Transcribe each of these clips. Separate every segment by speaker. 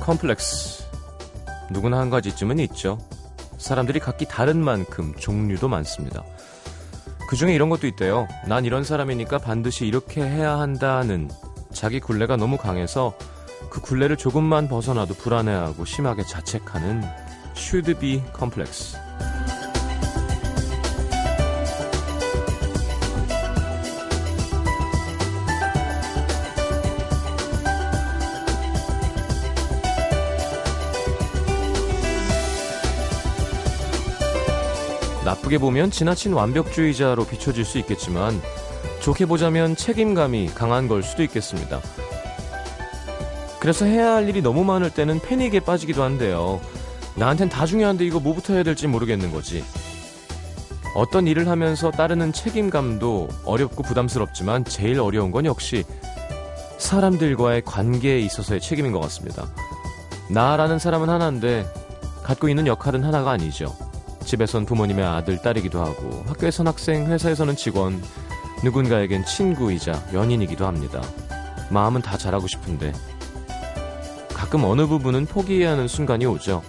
Speaker 1: 컴플렉스. 누구나 한 가지쯤은 있죠. 사람들이 각기 다른 만큼 종류도 많습니다. 그 중에 이런 것도 있대요. 난 이런 사람이니까 반드시 이렇게 해야 한다는 자기 굴레가 너무 강해서 그 굴레를 조금만 벗어나도 불안해하고 심하게 자책하는 should be 컴플렉스. 나쁘게 보면 지나친 완벽주의자로 비춰질 수 있겠지만 좋게 보자면 책임감이 강한 걸 수도 있겠습니다. 그래서 해야 할 일이 너무 많을 때는 패닉에 빠지기도 한데요. 나한텐 다 중요한데 이거 뭐부터 해야 될지 모르겠는 거지. 어떤 일을 하면서 따르는 책임감도 어렵고 부담스럽지만 제일 어려운 건 역시 사람들과의 관계에 있어서의 책임인 것 같습니다. 나라는 사람은 하나인데 갖고 있는 역할은 하나가 아니죠. 집에선 부모님의 아들, 딸이기도 하고 학교에선 학생, 회사에서는 직원, 누군가에겐 친구이자 연인이기도 합니다. 마음은 다 잘하고 싶은데 가끔 어느 부분은 포기해야 하는 순간이 오죠.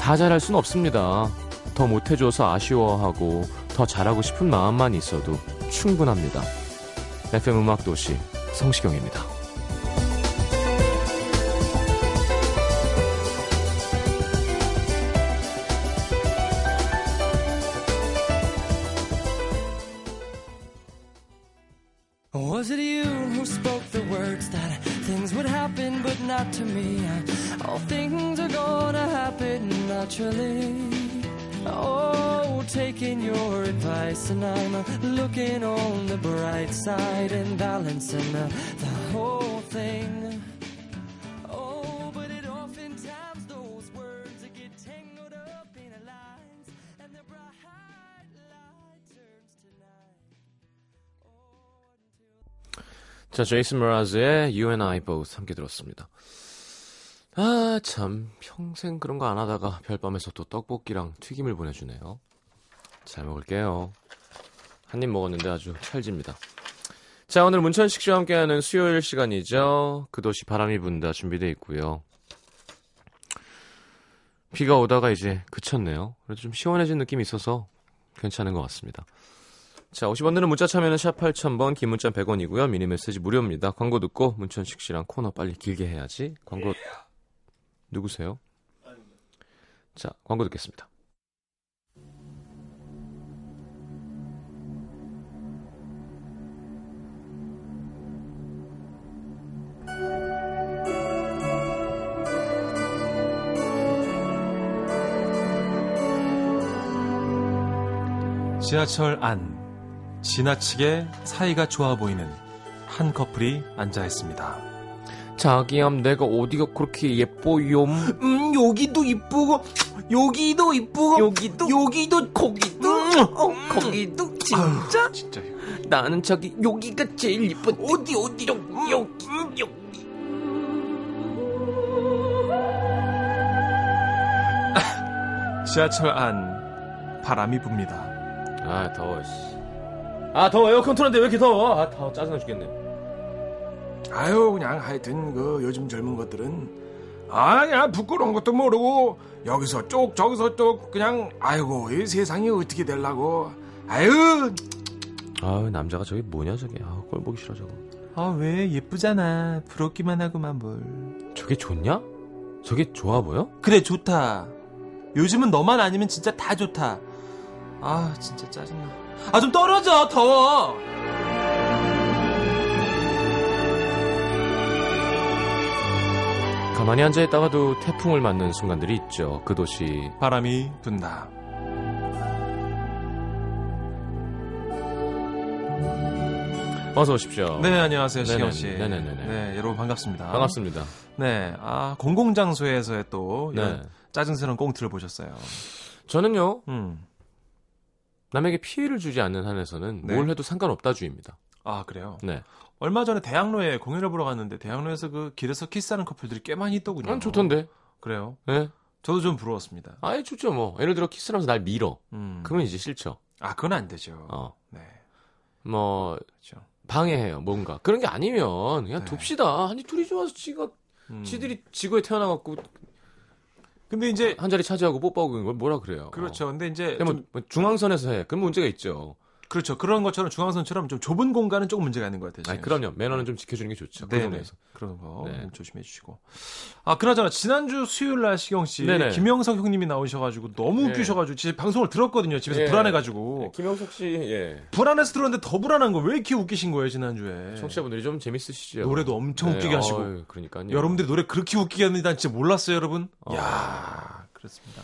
Speaker 1: 다 잘할 순 없습니다. 더 못해줘서 아쉬워하고 더 잘하고 싶은 마음만 있어도 충분합니다. FM 음악도시 성시경입니다.
Speaker 2: Was it you who spoke the words that things would happen but not to me? All things are gonna happen naturally. Oh, taking your advice, and I'm uh, looking on the bright side and balancing uh, the whole thing. Oh, but it oftentimes those words that get tangled up in a lines, and the bright light turns to night.
Speaker 1: 자, 제이슨 모라즈의 You and I Both 함께 들었습니다. 아, 참. 평생 그런 거 안 하다가 별밤에서 또 떡볶이랑 튀김을 보내주네요. 잘 먹을게요. 한 입 먹었는데 아주 찰집니다. 자, 오늘 문천식 씨와 함께하는 수요일 시간이죠. 그 도시 바람이 분다 준비되어 있고요. 비가 오다가 이제 그쳤네요. 그래도 좀 시원해진 느낌이 있어서 괜찮은 것 같습니다. 자, 50원 드는 문자 참여는 샵 8000번, 긴 문자 100원이고요. 미니 메시지 무료입니다. 광고 듣고 문천식 씨랑 코너 빨리 길게 해야지. 광고 누구세요? 자, 광고 듣겠습니다.
Speaker 3: 지하철 안 지나치게 사이가 좋아 보이는 한 커플이 앉아 있습니다.
Speaker 1: 자기암 내가 어디가 그렇게 예뻐요?
Speaker 4: 음, 여기도 이쁘고, 여기도 이쁘고,
Speaker 1: 여기도? 음.
Speaker 4: 여기도, 거기도, 어, 거기도, 진짜?
Speaker 3: 진짜
Speaker 1: 나는 저기 예-
Speaker 4: 여기가 제일 이뻐. 어디, 어디, 여기, 여기, 여기.
Speaker 3: 지하철 안 바람이 붑니다.
Speaker 1: 아 더워 씨. 아 더워 에어컨 틀었는데 왜 이렇게 더워? 아 더워 짜증나 죽겠네.
Speaker 5: 아유 그냥 하여튼 그 요즘 젊은 것들은 아야 부끄러운 것도 모르고 여기서 쪽 저기서 쪽 그냥 아이고 이 세상이 어떻게 될라고 아유
Speaker 1: 아 남자가 저기 뭐냐 저게 아꼴 보기 싫어 저거.
Speaker 3: 아 왜 예쁘잖아. 부럽기만 하고만 뭘.
Speaker 1: 저게 좋냐? 저게 좋아 보여?
Speaker 3: 그래 좋다. 요즘은 너만 아니면 진짜 다 좋다. 아 진짜 짜증나. 아 좀 떨어져 더워.
Speaker 1: 가만히 앉아 있다가도 태풍을 맞는 순간들이 있죠. 그 도시
Speaker 3: 바람이 분다.
Speaker 1: 어서 오십시오.
Speaker 3: 네 안녕하세요
Speaker 1: 네네네.
Speaker 3: 시경 씨.
Speaker 1: 네네네네.
Speaker 3: 네 여러분 반갑습니다.
Speaker 1: 반갑습니다.
Speaker 3: 네, 아 공공 장소에서의 또 이런
Speaker 1: 네.
Speaker 3: 짜증스러운 꽁트를 보셨어요.
Speaker 1: 저는요
Speaker 3: 음,
Speaker 1: 남에게 피해를 주지 않는 한에서는
Speaker 3: 네.
Speaker 1: 뭘 해도 상관없다 주입니다.
Speaker 3: 아 그래요.
Speaker 1: 네.
Speaker 3: 얼마 전에 대학로에 공연을 보러 갔는데 대학로에서 그 길에서 키스하는 커플들이 꽤 많이 있더군요.
Speaker 1: 난 좋던데.
Speaker 3: 그래요.
Speaker 1: 예.
Speaker 3: 저도 좀 부러웠습니다.
Speaker 1: 아예 좋죠 뭐. 예를 들어 키스를 하면서 날 밀어.
Speaker 3: 음,
Speaker 1: 그건 이제 싫죠.
Speaker 3: 아 그건 안 되죠.
Speaker 1: 어.
Speaker 3: 네,
Speaker 1: 뭐
Speaker 3: 그렇죠.
Speaker 1: 방해해요 뭔가 그런 게 아니면 그냥
Speaker 3: 네.
Speaker 1: 둡시다 아니 둘이 좋아서 지가 지들이 지구에 태어나갖고
Speaker 3: 음. 근데 이제
Speaker 1: 한 자리 차지하고 뽀뽀하고 있는 걸 뭐라 그래요?
Speaker 3: 그렇죠. 근데
Speaker 1: 어.
Speaker 3: 이제
Speaker 1: 그냥 뭐,
Speaker 3: 좀-
Speaker 1: 뭐 중앙선에서 해. 그럼 문제가 있죠.
Speaker 3: 그렇죠. 그런 것처럼 중앙선처럼 좀 좁은 공간은 조금 문제가 있는 것 같아요.
Speaker 1: 아니,
Speaker 3: 지금.
Speaker 1: 그럼요. 매너는 좀 지켜주는 게 좋죠. 그
Speaker 3: 네. 네네.
Speaker 1: 동네에서.
Speaker 3: 그런 거
Speaker 1: 네.
Speaker 3: 좀 조심해 주시고. 아, 그나저나 지난주 수요일 날 시경 씨
Speaker 1: 네네.
Speaker 3: 김영석 형님이 나오셔 가지고 너무
Speaker 1: 네.
Speaker 3: 웃기셔 가지고 진짜 방송을 들었거든요. 집에서
Speaker 1: 예.
Speaker 3: 불안해 가지고.
Speaker 1: 김영석 씨, 예.
Speaker 3: 불안해서 들었는데 더 불안한 거 왜 이렇게 웃기신 거예요, 지난주에?
Speaker 1: 청취자분들이 좀 재밌으시죠.
Speaker 3: 네.
Speaker 1: 네,
Speaker 3: 노래도 엄청 웃기게 하시고.
Speaker 1: 그러니까요.
Speaker 3: 여러분들이 노래 그렇게 웃기게 하는지 난 진짜 몰랐어요, 여러분.
Speaker 1: 네. 어.
Speaker 3: 야, 그렇습니다.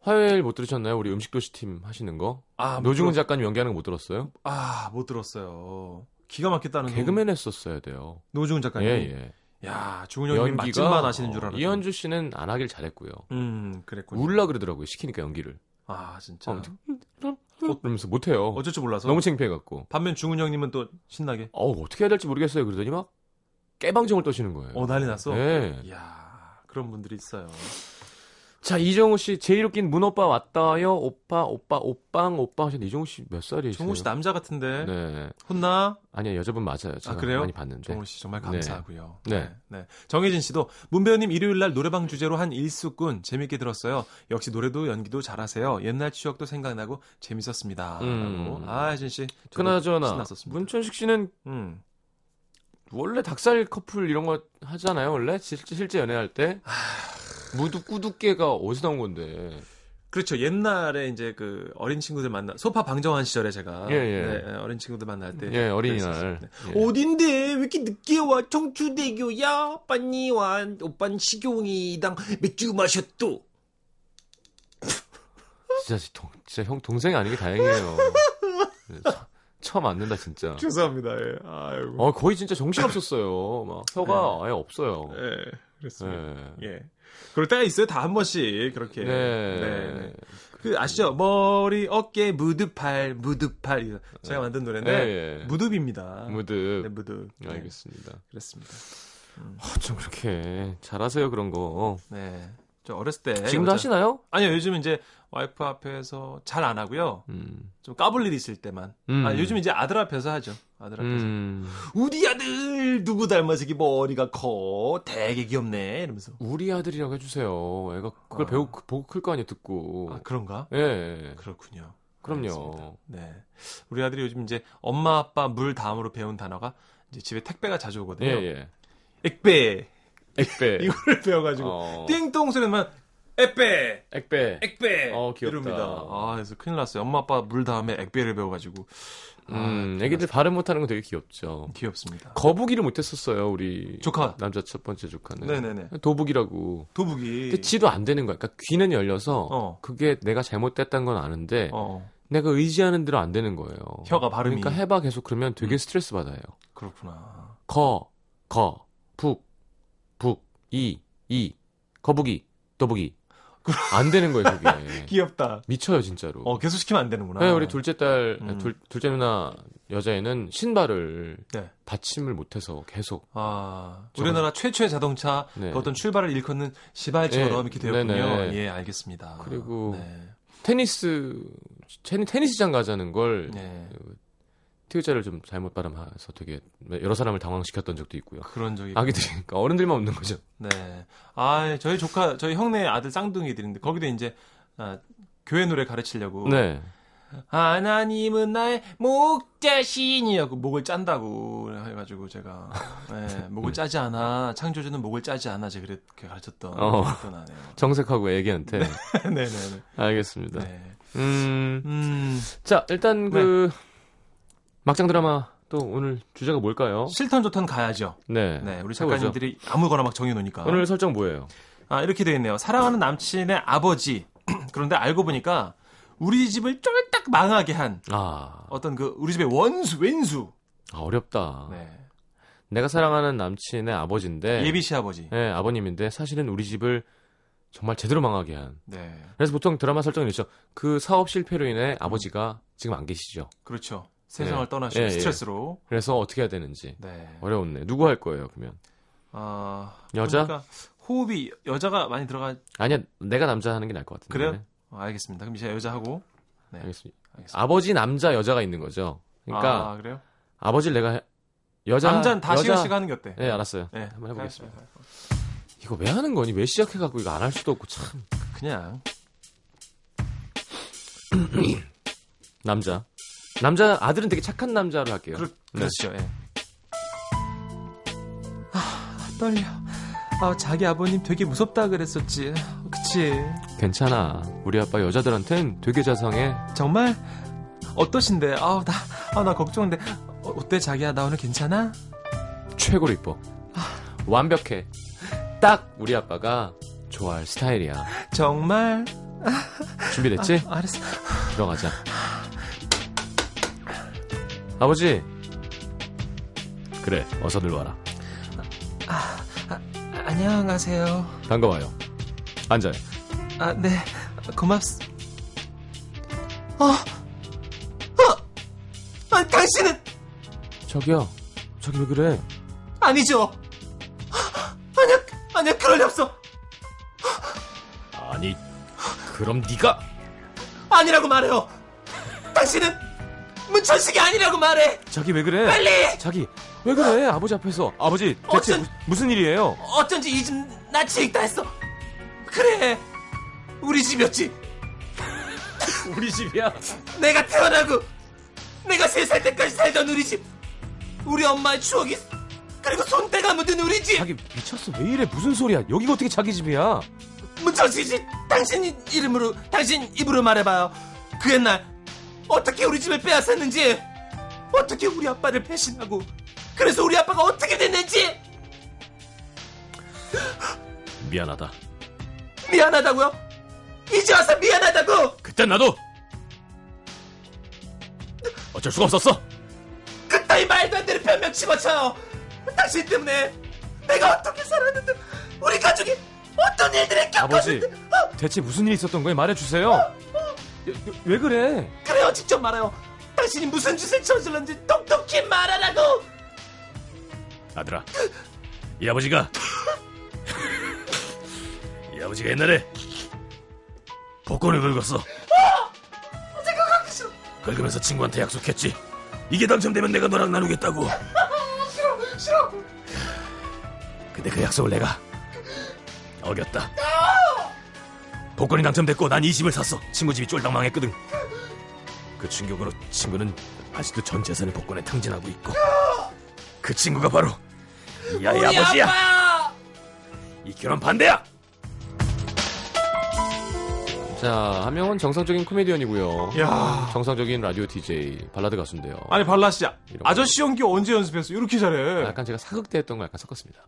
Speaker 1: 화요일 못 들으셨나요? 우리 음식도시 팀 하시는 거?
Speaker 3: 아, 못
Speaker 1: 노중훈
Speaker 3: 들었-
Speaker 1: 작가님 연기하는 거 못 들었어요?
Speaker 3: 아, 못 들었어요. 기가 막혔다는
Speaker 1: 개그맨 했었어요 돼요.
Speaker 3: 노중훈 작가님.
Speaker 1: 예,
Speaker 3: 야, 중훈
Speaker 1: 예.
Speaker 3: 형님 그러니까 맛집만 아시는 줄
Speaker 1: 어,
Speaker 3: 알았어요.
Speaker 1: 이현주 씨는 안 하길 잘했고요.
Speaker 3: 음, 그랬군요.
Speaker 1: 울라 그러더라고요. 시키니까 연기를.
Speaker 3: 아, 진짜.
Speaker 1: 아무튼. 그러면서 못 해요.
Speaker 3: 어쩔 줄 몰라서.
Speaker 1: 너무 창피해 갖고.
Speaker 3: 반면 중훈 형님은 또 신나게
Speaker 1: 어우, 어떻게 해야 될지 모르겠어요. 그러더니 막 깨방정을 떠시는 거예요.
Speaker 3: 어 난리 났어.
Speaker 1: 예.
Speaker 3: 이야 그런 분들이 있어요.
Speaker 1: 자, 이정우 씨 제일 웃긴 문오빠 왔다요. 오빠, 오빠, 오빵, 오빠 하셨는데 이정우 씨 몇 살이세요?
Speaker 3: 정우 씨 남자 같은데
Speaker 1: 네.
Speaker 3: 혼나
Speaker 1: 아니요, 여자분 맞아요. 제가
Speaker 3: 그래요?
Speaker 1: 많이 봤는데.
Speaker 3: 정우 씨 정말 감사하고요.
Speaker 1: 네.
Speaker 3: 네. 네. 정혜진 씨도 문 배우님 일요일 날 노래방 주제로 한 일수꾼 재밌게 들었어요. 역시 노래도 연기도 잘하세요. 옛날 추억도 생각나고 재밌었습니다.
Speaker 1: 음.
Speaker 3: 라고. 아 혜진 씨 저도
Speaker 1: 그나저나
Speaker 3: 신났었습니다.
Speaker 1: 문천식 씨는
Speaker 3: 음.
Speaker 1: 원래 닭살 커플 이런 거 하잖아요. 원래 실- 실제 연애할 때
Speaker 3: 아,
Speaker 1: 무두 꾸두깨가 어디서 나온 건데?
Speaker 3: 그렇죠. 옛날에 이제 그 어린 친구들 만나 소파 방정환 시절에 제가
Speaker 1: 예, 예.
Speaker 3: 네, 어린 친구들 만날 때
Speaker 1: 예,
Speaker 3: 그랬었어요.
Speaker 1: 어린이날.
Speaker 3: 네.
Speaker 1: 예.
Speaker 4: 어딘데 왜 이렇게 늦게 와 청주대교야 오빠니와 오빤 식용이당 맥주 마셨도
Speaker 1: 진짜 씨 동, 진짜 형 동생이 아닌 게 다행이에요. 네, 처- 처음 안는다 진짜.
Speaker 3: 죄송합니다. 예. 아이고.
Speaker 1: 어 거의 진짜 정신 없었어요. 막
Speaker 3: 네.
Speaker 1: 혀가 아예 없어요.
Speaker 3: 예. 그렇습니다.
Speaker 1: 네.
Speaker 3: 예. 그럴 때가 있어요. 다 한 번씩 그렇게.
Speaker 1: 네.
Speaker 3: 네. 그 아시죠? 머리, 어깨, 무드팔, 무드팔. 이거 제가 만든 노래인데
Speaker 1: 네, 예.
Speaker 3: 무드입니다.
Speaker 1: 무드.
Speaker 3: 네, 무드. 네,
Speaker 1: 알겠습니다. 아,
Speaker 3: 그렇습니다.
Speaker 1: 좀 그렇게 잘하세요 그런 거.
Speaker 3: 네. 저 어렸을 때
Speaker 1: 지금도
Speaker 3: 여자-
Speaker 1: 하시나요?
Speaker 3: 아니요, 요즘 이제 와이프 앞에서 잘 안 하고요.
Speaker 1: 음.
Speaker 3: 좀 까불 일이 있을 때만.
Speaker 1: 음.
Speaker 3: 아, 요즘 이제 아들 앞에서 하죠. 아들 앞에서.
Speaker 1: 음.
Speaker 4: 우리 아들 누구 닮아서기 머리가 커 되게 귀엽네 이러면서
Speaker 1: 우리 아들이라고 해주세요. 애가 그걸
Speaker 3: 아.
Speaker 1: 배우 보고 클 거 아니에요 듣고.
Speaker 3: 아, 그런가?
Speaker 1: 예, 예.
Speaker 3: 그렇군요.
Speaker 1: 그럼요.
Speaker 3: 네. 우리 아들이 요즘 이제 엄마 아빠 물 다음으로 배운 단어가 이제 집에 택배가 자주 오거든요.
Speaker 1: 예예.
Speaker 3: 액배
Speaker 1: 액배.
Speaker 3: 이거를 배워가지고
Speaker 1: 어,
Speaker 3: 띵동 소리만 액배
Speaker 1: 액배.
Speaker 3: 액배
Speaker 1: 어, 귀엽다.
Speaker 3: 이럽니다. 아 그래서 큰일 났어요. 엄마 아빠 물 다음에 액배를 배워가지고 아,
Speaker 1: 음,
Speaker 3: 큰일
Speaker 1: 애기들 발음 못하는 건 되게 귀엽죠.
Speaker 3: 났- 귀엽습니다.
Speaker 1: 거북이를 못했었어요 우리
Speaker 3: 조카
Speaker 1: 남자 첫 번째 조카는.
Speaker 3: 네네네
Speaker 1: 도북이라고.
Speaker 3: 도북이
Speaker 1: 근데 지도 안 되는 거야. 그러니까 귀는 열려서
Speaker 3: 어.
Speaker 1: 그게 내가 잘못됐다는 건 아는데
Speaker 3: 어
Speaker 1: 내가 의지하는 대로 안 되는 거예요.
Speaker 3: 혀가 발음이 음.
Speaker 1: 그러니까 해봐 계속 그러면 되게 스트레스 받아요.
Speaker 3: 그렇구나.
Speaker 1: 거, 거, 북, 북, 이, 이, 거북이, 도북이. 안 되는 거예요, 그게.
Speaker 3: 귀엽다.
Speaker 1: 미쳐요, 진짜로.
Speaker 3: 어 계속 시키면 안 되는구나.
Speaker 1: 네, 우리 둘째 딸,
Speaker 3: 음.
Speaker 1: 둘, 둘째 누나 여자애는 신발을
Speaker 3: 네.
Speaker 1: 받침을 못해서 계속.
Speaker 3: 아 우리나라 최초의 자동차
Speaker 1: 네.
Speaker 3: 그 어떤 출발을 일컫는 시발처럼
Speaker 1: 네.
Speaker 3: 이렇게 되었군요.
Speaker 1: 네네.
Speaker 3: 예 알겠습니다.
Speaker 1: 그리고
Speaker 3: 네.
Speaker 1: 테니스, 테니, 테니스장 가자는 걸
Speaker 3: 네.
Speaker 1: T자를 좀 잘못 발음해서 되게 여러 사람을 당황시켰던 적도 있고요.
Speaker 3: 그런 적이
Speaker 1: 아기들이, 그러니까 어른들만 없는 거죠.
Speaker 3: 네. 아, 저희 조카, 저희 형네 아들 쌍둥이들인데 거기도 이제 아, 교회 노래 가르치려고
Speaker 1: 네.
Speaker 3: 하나님은 나의 목자신이라고 목을 짠다고 해가지고 제가 네, 목을 짜지 않아 창조주는 목을 짜지 않아 제가 그렇게 가르쳤던
Speaker 1: 어.
Speaker 3: 기억도 나네요.
Speaker 1: 정색하고 애기한테.
Speaker 3: 네네네.
Speaker 1: 알겠습니다.
Speaker 3: 네.
Speaker 1: 음.
Speaker 3: 음,
Speaker 1: 자, 일단 그 막장 드라마 또 오늘 주제가 뭘까요?
Speaker 3: 싫던 좋던 가야죠.
Speaker 1: 네.
Speaker 3: 네, 우리
Speaker 1: 해보죠.
Speaker 3: 작가님들이 아무거나 막 정해놓으니까.
Speaker 1: 오늘 설정 뭐예요?
Speaker 3: 아, 이렇게 되어 있네요. 사랑하는 남친의 아버지. 그런데 알고 보니까 우리 집을 쫄딱 망하게 한
Speaker 1: 아,
Speaker 3: 어떤 그 우리 집의 원수 왼수
Speaker 1: 아, 어렵다.
Speaker 3: 네.
Speaker 1: 내가 사랑하는 남친의 아버지인데
Speaker 3: 예비 시아버지
Speaker 1: 네, 아버님인데 사실은 우리 집을 정말 제대로 망하게 한.
Speaker 3: 네
Speaker 1: 그래서 보통 드라마 설정이 있죠. 그 사업 실패로 인해 아버지가 지금 안 계시죠.
Speaker 3: 그렇죠 세상을
Speaker 1: 네.
Speaker 3: 떠나시고
Speaker 1: 예, 예.
Speaker 3: 스트레스로
Speaker 1: 그래서 어떻게 해야 되는지
Speaker 3: 네
Speaker 1: 어려웠네. 누구 할 거예요, 그러면?
Speaker 3: 아,
Speaker 1: 여자?
Speaker 3: 그러니까 호흡이 여자가 많이 들어가
Speaker 1: 아니야, 내가 남자 하는 게 나을 것 같은데. 네,
Speaker 3: 그래요? 어, 알겠습니다 그럼 이제 여자 하고 네.
Speaker 1: 알겠습니다.
Speaker 3: 알겠습니다.
Speaker 1: 아버지 남자 여자가 있는 거죠. 그러니까
Speaker 3: 아 그래요
Speaker 1: 아버지를 내가 해- 여자
Speaker 3: 남자는 다
Speaker 1: 여자-
Speaker 3: 시간씩 하는 게 어때?
Speaker 1: 네, 알았어요.
Speaker 3: 네,
Speaker 1: 한번 해보겠습니다.
Speaker 3: 알았어요.
Speaker 1: 이거 왜 하는 거니? 왜 시작해 갖고 이거 안 할 수도 없고 참.
Speaker 3: 그냥
Speaker 1: 남자. 남자 아들은 되게 착한 남자로 할게요.
Speaker 3: 그렇, 그렇죠. 예. 아, 떨려. 아, 자기 아버님 되게 무섭다 그랬었지. 그치.
Speaker 1: 괜찮아. 우리 아빠 여자들한텐 되게 자상해.
Speaker 3: 정말? 어떠신데? 아우, 나, 아, 나 걱정인데. 어, 어때, 자기야? 나 오늘 괜찮아?
Speaker 1: 최고로 이뻐. 완벽해. 딱 우리 아빠가 좋아할 스타일이야.
Speaker 3: 정말?
Speaker 1: 준비됐지?
Speaker 3: 아, 알았어.
Speaker 1: 들어가자. 아버지. 그래, 어서 들어와라.
Speaker 3: 안녕하세요.
Speaker 1: 반가워요. 앉아요.
Speaker 3: 아, 네. 고맙스. 어, 아! 아! 아, 당신은!
Speaker 1: 저기요. 저기 왜 그래?
Speaker 3: 아니죠. 아니야, 아니야, 그럴 리 없어.
Speaker 1: 아니, 그럼 네가
Speaker 3: 아니라고 말해요. 당신은 문천식이 아니라고 말해.
Speaker 1: 자기 왜 그래?
Speaker 3: 빨리.
Speaker 1: 자기 왜 그래? 아버지 앞에서 아버지 대체
Speaker 3: 어쩐-
Speaker 1: 무- 무슨 일이에요?
Speaker 3: 어쩐지 이집 낯이 익다 했어. 그래, 우리 집이었지.
Speaker 1: 우리 집이야.
Speaker 3: 내가 태어나고 내가 세 살 때까지 살던 우리 집. 우리 엄마의 추억이 그리고 손때가 묻은 우리 집.
Speaker 1: 자기 미쳤어. 왜 이래? 무슨 소리야? 여기가 어떻게 자기 집이야?
Speaker 3: 문천식이 당신 이름으로 당신 입으로 말해봐요. 그 옛날 어떻게 우리 집을 빼앗았는지 어떻게 우리 아빠를 배신하고 그래서 우리 아빠가 어떻게 됐는지
Speaker 1: 미안하다.
Speaker 3: 미안하다고요? 이제 와서 미안하다고
Speaker 1: 그땐 나도 어쩔 수가 없었어.
Speaker 3: 그따위 말도 안 되는 변명 집어쳐요 당신 때문에 내가 어떻게 살았는데 우리 가족이 어떤 일들을
Speaker 1: 아버지.
Speaker 3: 겪었는데 어,
Speaker 1: 대체 무슨 일이 있었던 거예요? 말해주세요. 여- 여- 왜 그래?
Speaker 3: 그래요 직접 말해요 당신이 무슨 짓을 저질렀는지 똑똑히 말하라고
Speaker 6: 아들아, 이 아버지가 이 아버지가 옛날에 복권을 긁었어. 긁으면서 친구한테 약속했지. 이게 당첨되면 내가 너랑 나누겠다고. 싫어, 싫어. 근데 그 약속을 내가 어겼다. 복권이 당첨됐고 난 이 집을 샀어. 친구 집이 쫄딱 망했거든. 그 충격으로 친구는 아직도 전 재산을 복권에 탕진하고 있고. 그 친구가 바로 이 아이 아버지야. 이 결혼 반대야.
Speaker 1: 자, 한 명은 정상적인 코미디언이고요.
Speaker 3: 야.
Speaker 1: 정상적인 라디오 DJ 발라드 가수인데요.
Speaker 3: 아니 발라 씨
Speaker 1: 이런 거.
Speaker 3: 아저씨 연기 언제 연습했어 이렇게 잘해
Speaker 1: 약간 제가 사극 때 했던 거 약간 섞었습니다.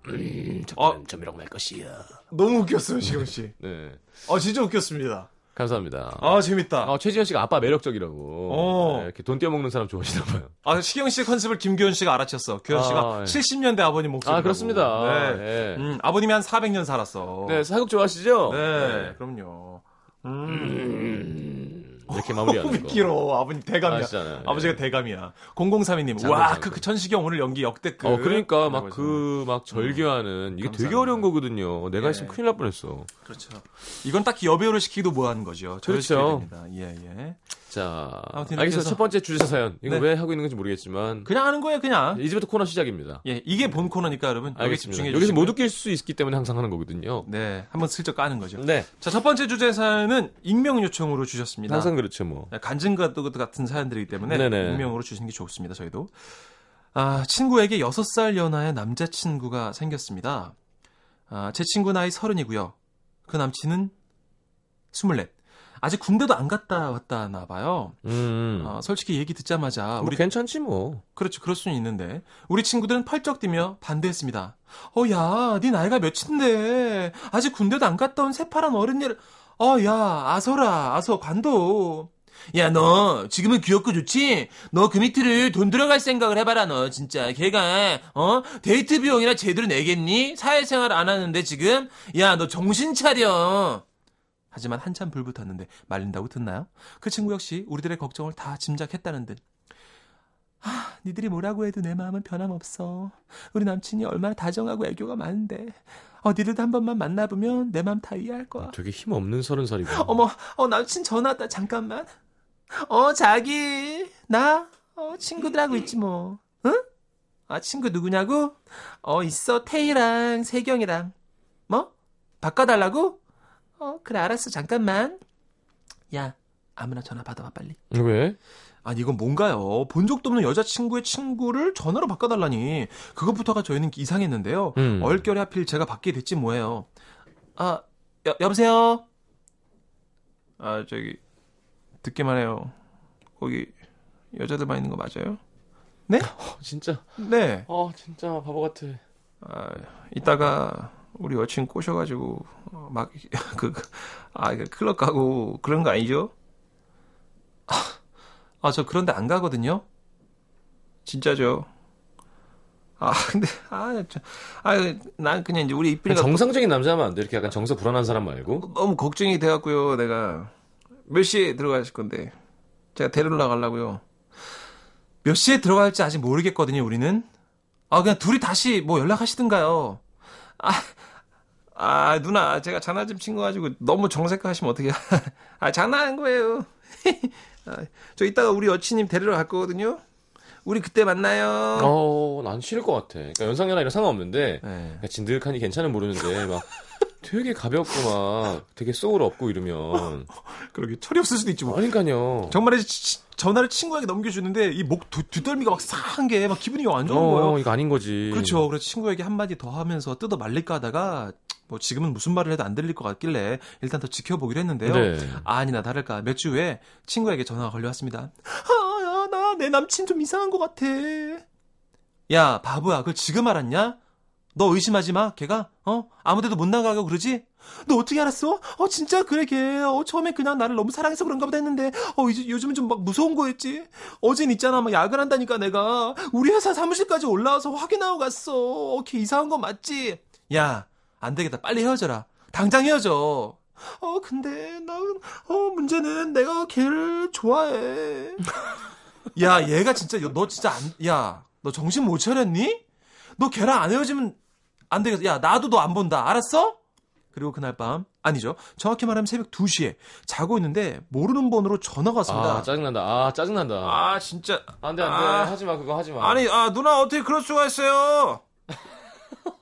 Speaker 3: 아,
Speaker 6: 점이라고 말 것이야.
Speaker 1: 그-
Speaker 3: 너무 웃겼어요 시경 씨
Speaker 1: 네,
Speaker 3: 아 진짜 웃겼습니다
Speaker 1: 감사합니다.
Speaker 3: 아 재밌다
Speaker 1: 어, 최지현 씨가 아빠 매력적이라고
Speaker 3: 어.
Speaker 1: 네, 이렇게 돈 떼어먹는 사람 좋아하시나 봐요.
Speaker 3: 아 시경 씨 컨셉을 김규현 씨가 알아챘어 규현
Speaker 1: 아,
Speaker 3: 씨가
Speaker 1: 예.
Speaker 3: 70년대 아버님 목소리
Speaker 1: 아 그렇습니다.
Speaker 3: 네.
Speaker 1: 네.
Speaker 3: 음, 아버님이 한 400년 살았어.
Speaker 1: 네, 음. 사극 좋아하시죠?
Speaker 3: 네, 그럼요. 음.
Speaker 1: 이렇게
Speaker 3: 너무
Speaker 1: 마무리하는 거.
Speaker 3: 길어. 아버님 대감이야.
Speaker 1: 아시잖아요. 네.
Speaker 3: 버지가 대감이야. 0032님.
Speaker 1: 장군,
Speaker 3: 와,
Speaker 1: 장군.
Speaker 3: 그, 그 천식이 형 오늘 연기 역대급.
Speaker 1: 어, 그러니까
Speaker 3: 라고 해서.
Speaker 1: 막 그 막 절규하는 이게 되게
Speaker 3: 음. 감사합니다.
Speaker 1: 어려운 거거든요. 내가
Speaker 3: 예.
Speaker 1: 했으면 큰일 날 뻔했어.
Speaker 3: 그렇죠. 이건 딱히 여배우를 시키기도 뭐하는 거죠.
Speaker 1: 그렇죠.
Speaker 3: 저를 시켜야 됩니다. 예, 예.
Speaker 1: 자,
Speaker 3: 아무튼
Speaker 1: 알겠습니다.
Speaker 3: 이렇게
Speaker 1: 첫 번째 주제 사연. 이거
Speaker 3: 네.
Speaker 1: 왜 하고 있는 건지 모르겠지만
Speaker 3: 그냥 하는 거예요, 그냥.
Speaker 1: 이제부터 코너 시작입니다.
Speaker 3: 예, 이게 본 코너니까 여러분. 여기
Speaker 1: 알겠습니다.
Speaker 3: 집중해
Speaker 1: 여기서
Speaker 3: 주시고요.
Speaker 1: 못 웃길 수 있기 때문에 항상 하는 거거든요.
Speaker 3: 네, 한번 슬쩍 까는 거죠.
Speaker 1: 네,
Speaker 3: 자, 첫 번째 주제 사연은 익명 요청으로 주셨습니다.
Speaker 1: 항상 그렇죠 뭐.
Speaker 3: 네, 간증과도 같은 사연들이기 때문에
Speaker 1: 네네.
Speaker 3: 익명으로 주시는 게 좋습니다. 저희도 아, 친구에게 6살 연하의 남자친구가 생겼습니다. 아, 제 친구 나이 30이고요. 그 남친은 24. 아직 군대도 안 갔다 왔다나 봐요.
Speaker 1: 음, 뭐.
Speaker 3: 아, 솔직히 얘기 듣자마자
Speaker 1: 우리
Speaker 3: 우리
Speaker 1: 괜찮지 뭐.
Speaker 3: 그렇죠. 그럴 수는 있는데. 우리 친구들은 펄쩍 뛰며 반대했습니다. 어, 야, 네 나이가 몇인데. 아직 군대도 안 갔다 온 새파란 어른일. 어, 야, 아서라. 아서, 관둬. 야, 너, 지금은 귀엽고 좋지? 너 그 밑을 돈 들어갈 생각을 해봐라, 너, 진짜. 걔가, 어? 데이트 비용이나 제대로 내겠니? 사회생활 안 하는데, 지금? 야, 너 정신 차려. 하지만 한참 불붙었는데, 말린다고 듣나요? 그 친구 역시 우리들의 걱정을 다 짐작했다는 듯. 아, 니들이 뭐라고 해도 내 마음은 변함없어. 우리 남친이 얼마나 다정하고 애교가 많은데. 어, 니들도 한 번만 만나보면 내 마음 다 이해할 거야.
Speaker 1: 되게 힘 없는 서른 살이고.
Speaker 3: 아. 어머, 어, 남친 전화 왔다. 잠깐만. 어, 자기. 나, 어, 친구들하고 있지 뭐. 응? 아, 친구 누구냐고? 어, 있어. 태희랑 세경이랑. 뭐? 바꿔달라고? 어, 그래, 알았어. 잠깐만. 야, 아무나 전화 받아봐, 빨리.
Speaker 1: 왜?
Speaker 3: 아니, 이건 뭔가요? 본 적도 없는 여자친구의 친구를 전화로 바꿔달라니. 그것부터가 저희는 이상했는데요.
Speaker 1: 음.
Speaker 3: 얼결에 하필 제가 받게 됐지 뭐예요. 아, 여, 여보세요? 아, 저기, 듣기만 해요. 거기, 여자들만 있는 거 맞아요? 네?
Speaker 1: 아, 진짜.
Speaker 3: 네.
Speaker 1: 어, 진짜 바보 같아.
Speaker 3: 아, 이따가 우리 여친 꼬셔가지고 어, 막 그, 그, 아, 그 클럽 가고 그런 거 아니죠? 아, 아, 저 그런데 안 가거든요. 진짜죠. 아, 근데 아, 저, 아, 난 그냥 이제 우리
Speaker 1: 아,
Speaker 3: 이쁜이가
Speaker 1: 정상적인 남자면 안 돼. 이렇게 약간 정서 불안한 사람 말고.
Speaker 3: 너무 걱정이 돼갖고요. 내가 몇 시에 들어가실 건데 제가 데리러 가려고요. 몇 시에 들어갈지 아직 모르겠거든요. 우리는 아 그냥 둘이 다시 뭐 연락하시든가요. 아, 아 누나 제가 장난 좀 친 거 가지고 너무 정색하시면 어떻게? 아 장난한 거예요. 아, 저 이따가 우리 여친님 데리러 갈 거거든요. 우리 그때 만나요.
Speaker 1: 어, 난 싫을 것 같아. 그러니까 연상연하 이런 상관없는데.
Speaker 3: 네.
Speaker 1: 그냥 진득하니 괜찮은 모르는데 막 되게 가볍고 막 되게 소울 없고 이러면
Speaker 3: 그러게 철이 없을 수도 있지
Speaker 1: 아,
Speaker 3: 뭐.
Speaker 1: 그러니까요.
Speaker 3: 정말 전화를 친구에게 넘겨주는데 이 목 뒷덜미가 막 싹한 게 막 기분이 안 좋은 거예요.
Speaker 1: 어, 이거 아닌 거지.
Speaker 3: 그렇죠. 그래서 친구에게 한마디 더 하면서 뜯어 말릴까 하다가 뭐 지금은 무슨 말을 해도 안 들릴 것 같길래 일단 더 지켜보기로 했는데요.
Speaker 1: 네.
Speaker 3: 아니나 다를까 몇 주 후에 친구에게 전화가 걸려왔습니다. 아, 야, 나 내 남친 좀 이상한 것 같아. 야, 바보야, 그걸 지금 알았냐? 너 의심하지 마, 걔가. 어? 아무데도 못 나가고 그러지? 너 어떻게 알았어? 어, 진짜 그래, 걔. 어, 처음에 그냥 나를 너무 사랑해서 그런가 보다 했는데, 어, 이제 요즘은 좀 막 무서운 거였지? 어젠 있잖아, 막 야근한다니까 내가. 우리 회사 사무실까지 올라와서 확인하고 갔어. 어, 걔 이상한 거 맞지? 야, 안 되겠다. 빨리 헤어져라. 당장 헤어져. 어, 근데, 나, 어, 문제는 내가 걔를 좋아해. 야, 얘가 진짜, 너 진짜 안, 야, 너 정신 못 차렸니? 너 걔랑 안 헤어지면 안 되겠어. 야, 나도 너 안 본다. 알았어? 그리고 그날 밤, 아니죠. 정확히 말하면 새벽 2시에 자고 있는데 모르는 번호로 전화가 왔습니다.
Speaker 1: 아, 짜증난다. 아, 짜증난다.
Speaker 3: 아, 진짜.
Speaker 1: 안 돼, 안 돼.
Speaker 3: 아.
Speaker 1: 하지 마. 그거 하지 마.
Speaker 3: 아니, 아, 누나 어떻게 그럴 수가 있어요?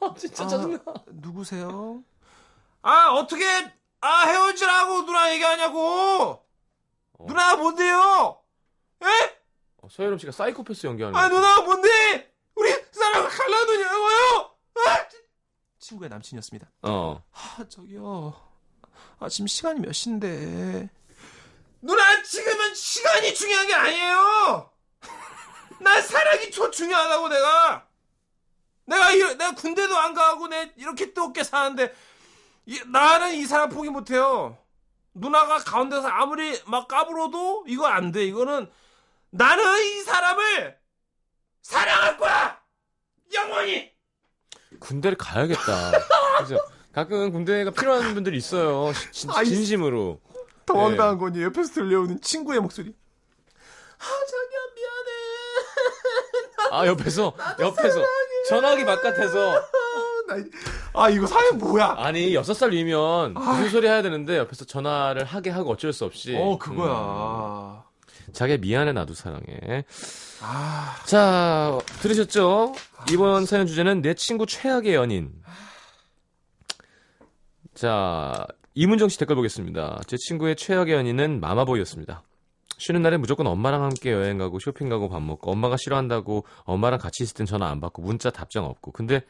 Speaker 1: 아, 진짜 짜증나.
Speaker 3: 누구세요? 아, 어떻게, 아, 헤어지라고 누나 얘기하냐고!
Speaker 1: 어.
Speaker 3: 누나 뭔데요? 에?
Speaker 1: 어, 서혜름 씨가 사이코패스 연기하는
Speaker 3: 아
Speaker 1: 거.
Speaker 3: 누나 뭔데? 우리 사랑을 갈라놓냐고요? 아! 친구의 남친이었습니다.
Speaker 1: 어.
Speaker 3: 아 저기요. 아 지금 시간이 몇 시인데? 누나 지금은 시간이 중요한 게 아니에요. 나 사랑이 더 중요하다고 내가. 내가 이러, 내가 군대도 안 가고 내 이렇게 뜨겁게 사는데 이- 나는 이 사람 포기 못해요. 누나가 가운데서 아무리 막 까불어도 이거 안 돼. 이거는 나는 이 사람을 사랑할 거야! 영원히!
Speaker 1: 군대를 가야겠다. 그죠? 가끔 군대가 필요한 분들이 있어요. 시- 진,
Speaker 3: 아이,
Speaker 1: 심으로 예.
Speaker 3: 더 황당한 건요 옆에서 들려오는 친구의 목소리. 아, 자기야, 미안해.
Speaker 1: 아, 옆에서 옆에서 전화기 바깥에서
Speaker 3: 나- 아, 이거 사연 뭐야?
Speaker 1: 아니, 여섯 살 위면
Speaker 3: 아.
Speaker 1: 무슨 소리 해야 되는데 옆에서 전화를 하게 하고 어쩔 수 없이.
Speaker 3: 어,
Speaker 1: 음.
Speaker 3: 그거야.
Speaker 1: 자기야 미안해 나도 사랑해.
Speaker 3: 아,
Speaker 1: 자 들으셨죠? 이번 사연 주제는 내 친구 최악의 연인. 자 이문정 씨 댓글 보겠습니다. 제 친구의 최악의 연인은 마마보이였습니다. 쉬는 날에 무조건 엄마랑 함께 여행 가고 쇼핑 가고 밥 먹고 엄마가 싫어한다고 엄마랑 같이 있을 땐 전화 안 받고 문자 답장 없고 근데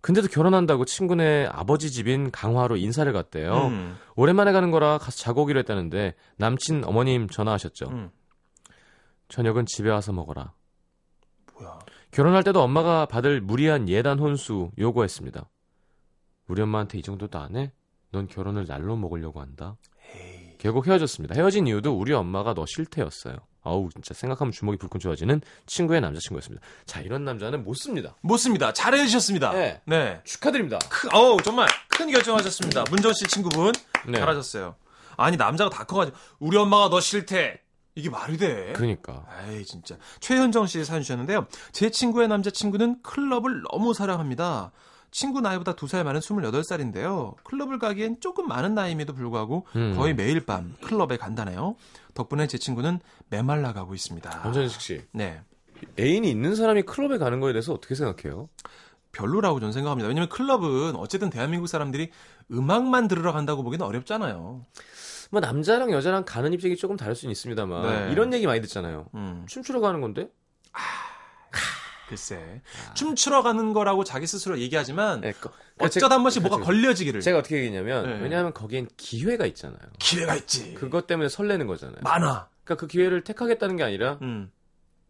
Speaker 1: 근데도 결혼한다고 친구네 아버지 집인 강화로 인사를 갔대요.
Speaker 3: 음.
Speaker 1: 오랜만에 가는 거라 가서 자고 오기로 했다는데 남친 어머님 전화하셨죠.
Speaker 3: 음.
Speaker 1: 저녁은 집에 와서 먹어라.
Speaker 3: 뭐야.
Speaker 1: 결혼할 때도 엄마가 받을 무리한 예단 혼수 요구했습니다. 우리 엄마한테 이 정도도 안 해? 넌 결혼을 날로 먹으려고 한다. 결국 헤어졌습니다. 헤어진 이유도 우리 엄마가 너 싫대였어요. 아우 진짜 생각하면 주먹이 불끈 쥐어지는 친구의 남자친구였습니다. 자 이런 남자는 못 씁니다.
Speaker 3: 못 씁니다. 잘해주셨습니다.
Speaker 1: 네.
Speaker 3: 네.
Speaker 1: 축하드립니다.
Speaker 3: 크, 어우, 정말 큰 결정하셨습니다. 문정 씨 친구분.
Speaker 1: 네.
Speaker 3: 잘하셨어요. 아니, 남자가 다 커가지고, 우리 엄마가 너 싫대. 이게 말이 돼.
Speaker 1: 그러니까
Speaker 3: 에이 진짜 최현정 씨 사연 주셨는데요. 제 친구의 남자친구는 클럽을 너무 사랑합니다. 친구 나이보다 두 살 많은 28살인데요. 클럽을 가기엔 조금 많은 나이임에도 불구하고
Speaker 1: 음.
Speaker 3: 거의 매일 밤 클럽에 간다네요. 덕분에 제 친구는 메말라 가고 있습니다.
Speaker 1: 원전식 씨
Speaker 3: 네.
Speaker 1: 애인이 있는 사람이 클럽에 가는 거에 대해서 어떻게 생각해요?
Speaker 3: 별로라고 저는 생각합니다. 왜냐면 클럽은 어쨌든 대한민국 사람들이 음악만 들으러 간다고 보기는 어렵잖아요.
Speaker 1: 뭐 남자랑 여자랑 가는 입장이 조금 다를 수는 있습니다만
Speaker 3: 네.
Speaker 1: 이런 얘기 많이 듣잖아요.
Speaker 3: 음,
Speaker 1: 춤추러 가는 건데?
Speaker 3: 글쎄. 춤추러 가는 거라고 자기 스스로 얘기하지만
Speaker 1: 아. 네, 거- 그러니까 제-
Speaker 3: 어쩌다 한 번씩 뭐가
Speaker 1: 그렇죠.
Speaker 3: 걸려지기를.
Speaker 1: 제가 어떻게 얘기했냐면
Speaker 3: 네.
Speaker 1: 왜냐하면 거기엔 기회가 있잖아요.
Speaker 3: 기회가 있지.
Speaker 1: 그것 때문에 설레는 거잖아요.
Speaker 3: 많아.
Speaker 1: 그러니까 그 기회를 택하겠다는 게 아니라
Speaker 3: 음.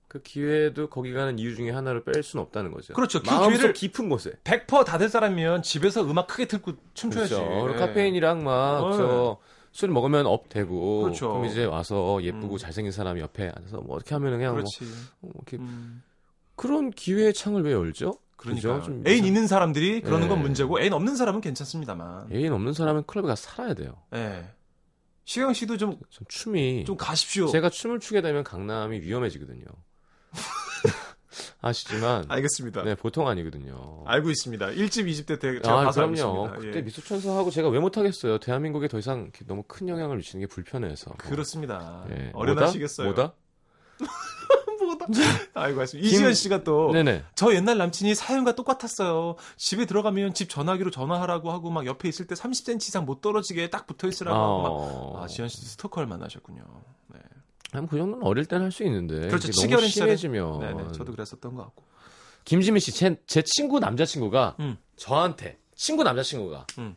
Speaker 1: 그 기회도 거기 가는 이유 중에 하나를 뺄 수는 없다는 거죠.
Speaker 3: 그렇죠. 그
Speaker 1: 마음속
Speaker 3: 기회를
Speaker 1: 깊은 곳에.
Speaker 3: 100% 다 될 사람이면 집에서 음악 크게 틀고 춤춰야지.
Speaker 1: 그렇죠. 그리고
Speaker 3: 예.
Speaker 1: 카페인이랑
Speaker 3: 네.
Speaker 1: 막저술 먹으면 업되고
Speaker 3: 그렇죠.
Speaker 1: 그럼 이제 와서 예쁘고
Speaker 3: 음.
Speaker 1: 잘생긴 사람이 옆에 앉아서 뭐 어떻게 하면은 그냥 뭐
Speaker 3: 그렇지.
Speaker 1: 뭐 이렇게
Speaker 3: 음.
Speaker 1: 그런 기회의 창을 왜 열죠?
Speaker 3: 그러니까
Speaker 1: 그죠? 좀
Speaker 3: 애인 있는 사람들이 그러는 건
Speaker 1: 예.
Speaker 3: 문제고 애인 없는 사람은 괜찮습니다만.
Speaker 1: 애인 없는 사람은 클럽에 가서 살아야 돼요.
Speaker 3: 예. 시경 씨도 좀 좀
Speaker 1: 전 춤이
Speaker 3: 가십시오.
Speaker 1: 제가 춤을 추게 되면 강남이 위험해지거든요. 아시지만
Speaker 3: 알겠습니다.
Speaker 1: 네, 보통 아니거든요.
Speaker 3: 알고 있습니다. 1집, 2집 때 제가
Speaker 1: 아,
Speaker 3: 봐서 알고
Speaker 1: 그럼요.
Speaker 3: 있습니다.
Speaker 1: 그때
Speaker 3: 예.
Speaker 1: 미소천사하고 제가 왜 못하겠어요. 대한민국에 더 이상 이렇게 너무 큰 영향을 미치는 게 불편해서.
Speaker 3: 그렇습니다.
Speaker 1: 예.
Speaker 3: 어련하시겠어요.
Speaker 1: 뭐다?
Speaker 3: 뭐다? 아이고, 알겠습니다. 이지현 씨가 또,
Speaker 1: 뭐다? 네네.
Speaker 3: 저 옛날 남친이 사연과 똑같았어요. 집에 들어가면 집 전화기로 전화하라고 하고, 막 옆에 있을 때 30cm 이상 못 떨어지게 딱 붙어 있으라고 하고, 막.
Speaker 1: 어.
Speaker 3: 아, 지현 씨도 스토커를 만나셨군요. 네.
Speaker 1: 아니, 그 정도는 어릴 때는 할 수 있는데.
Speaker 3: 그렇죠.
Speaker 1: 이게 너무
Speaker 3: 치열한 시절에-
Speaker 1: 심해지면.
Speaker 3: 네네. 저도 그랬었던 것 같고.
Speaker 1: 김지민 씨, 제, 제 친구 남자친구가
Speaker 3: 음.
Speaker 1: 저한테, 친구 남자친구가
Speaker 3: 음.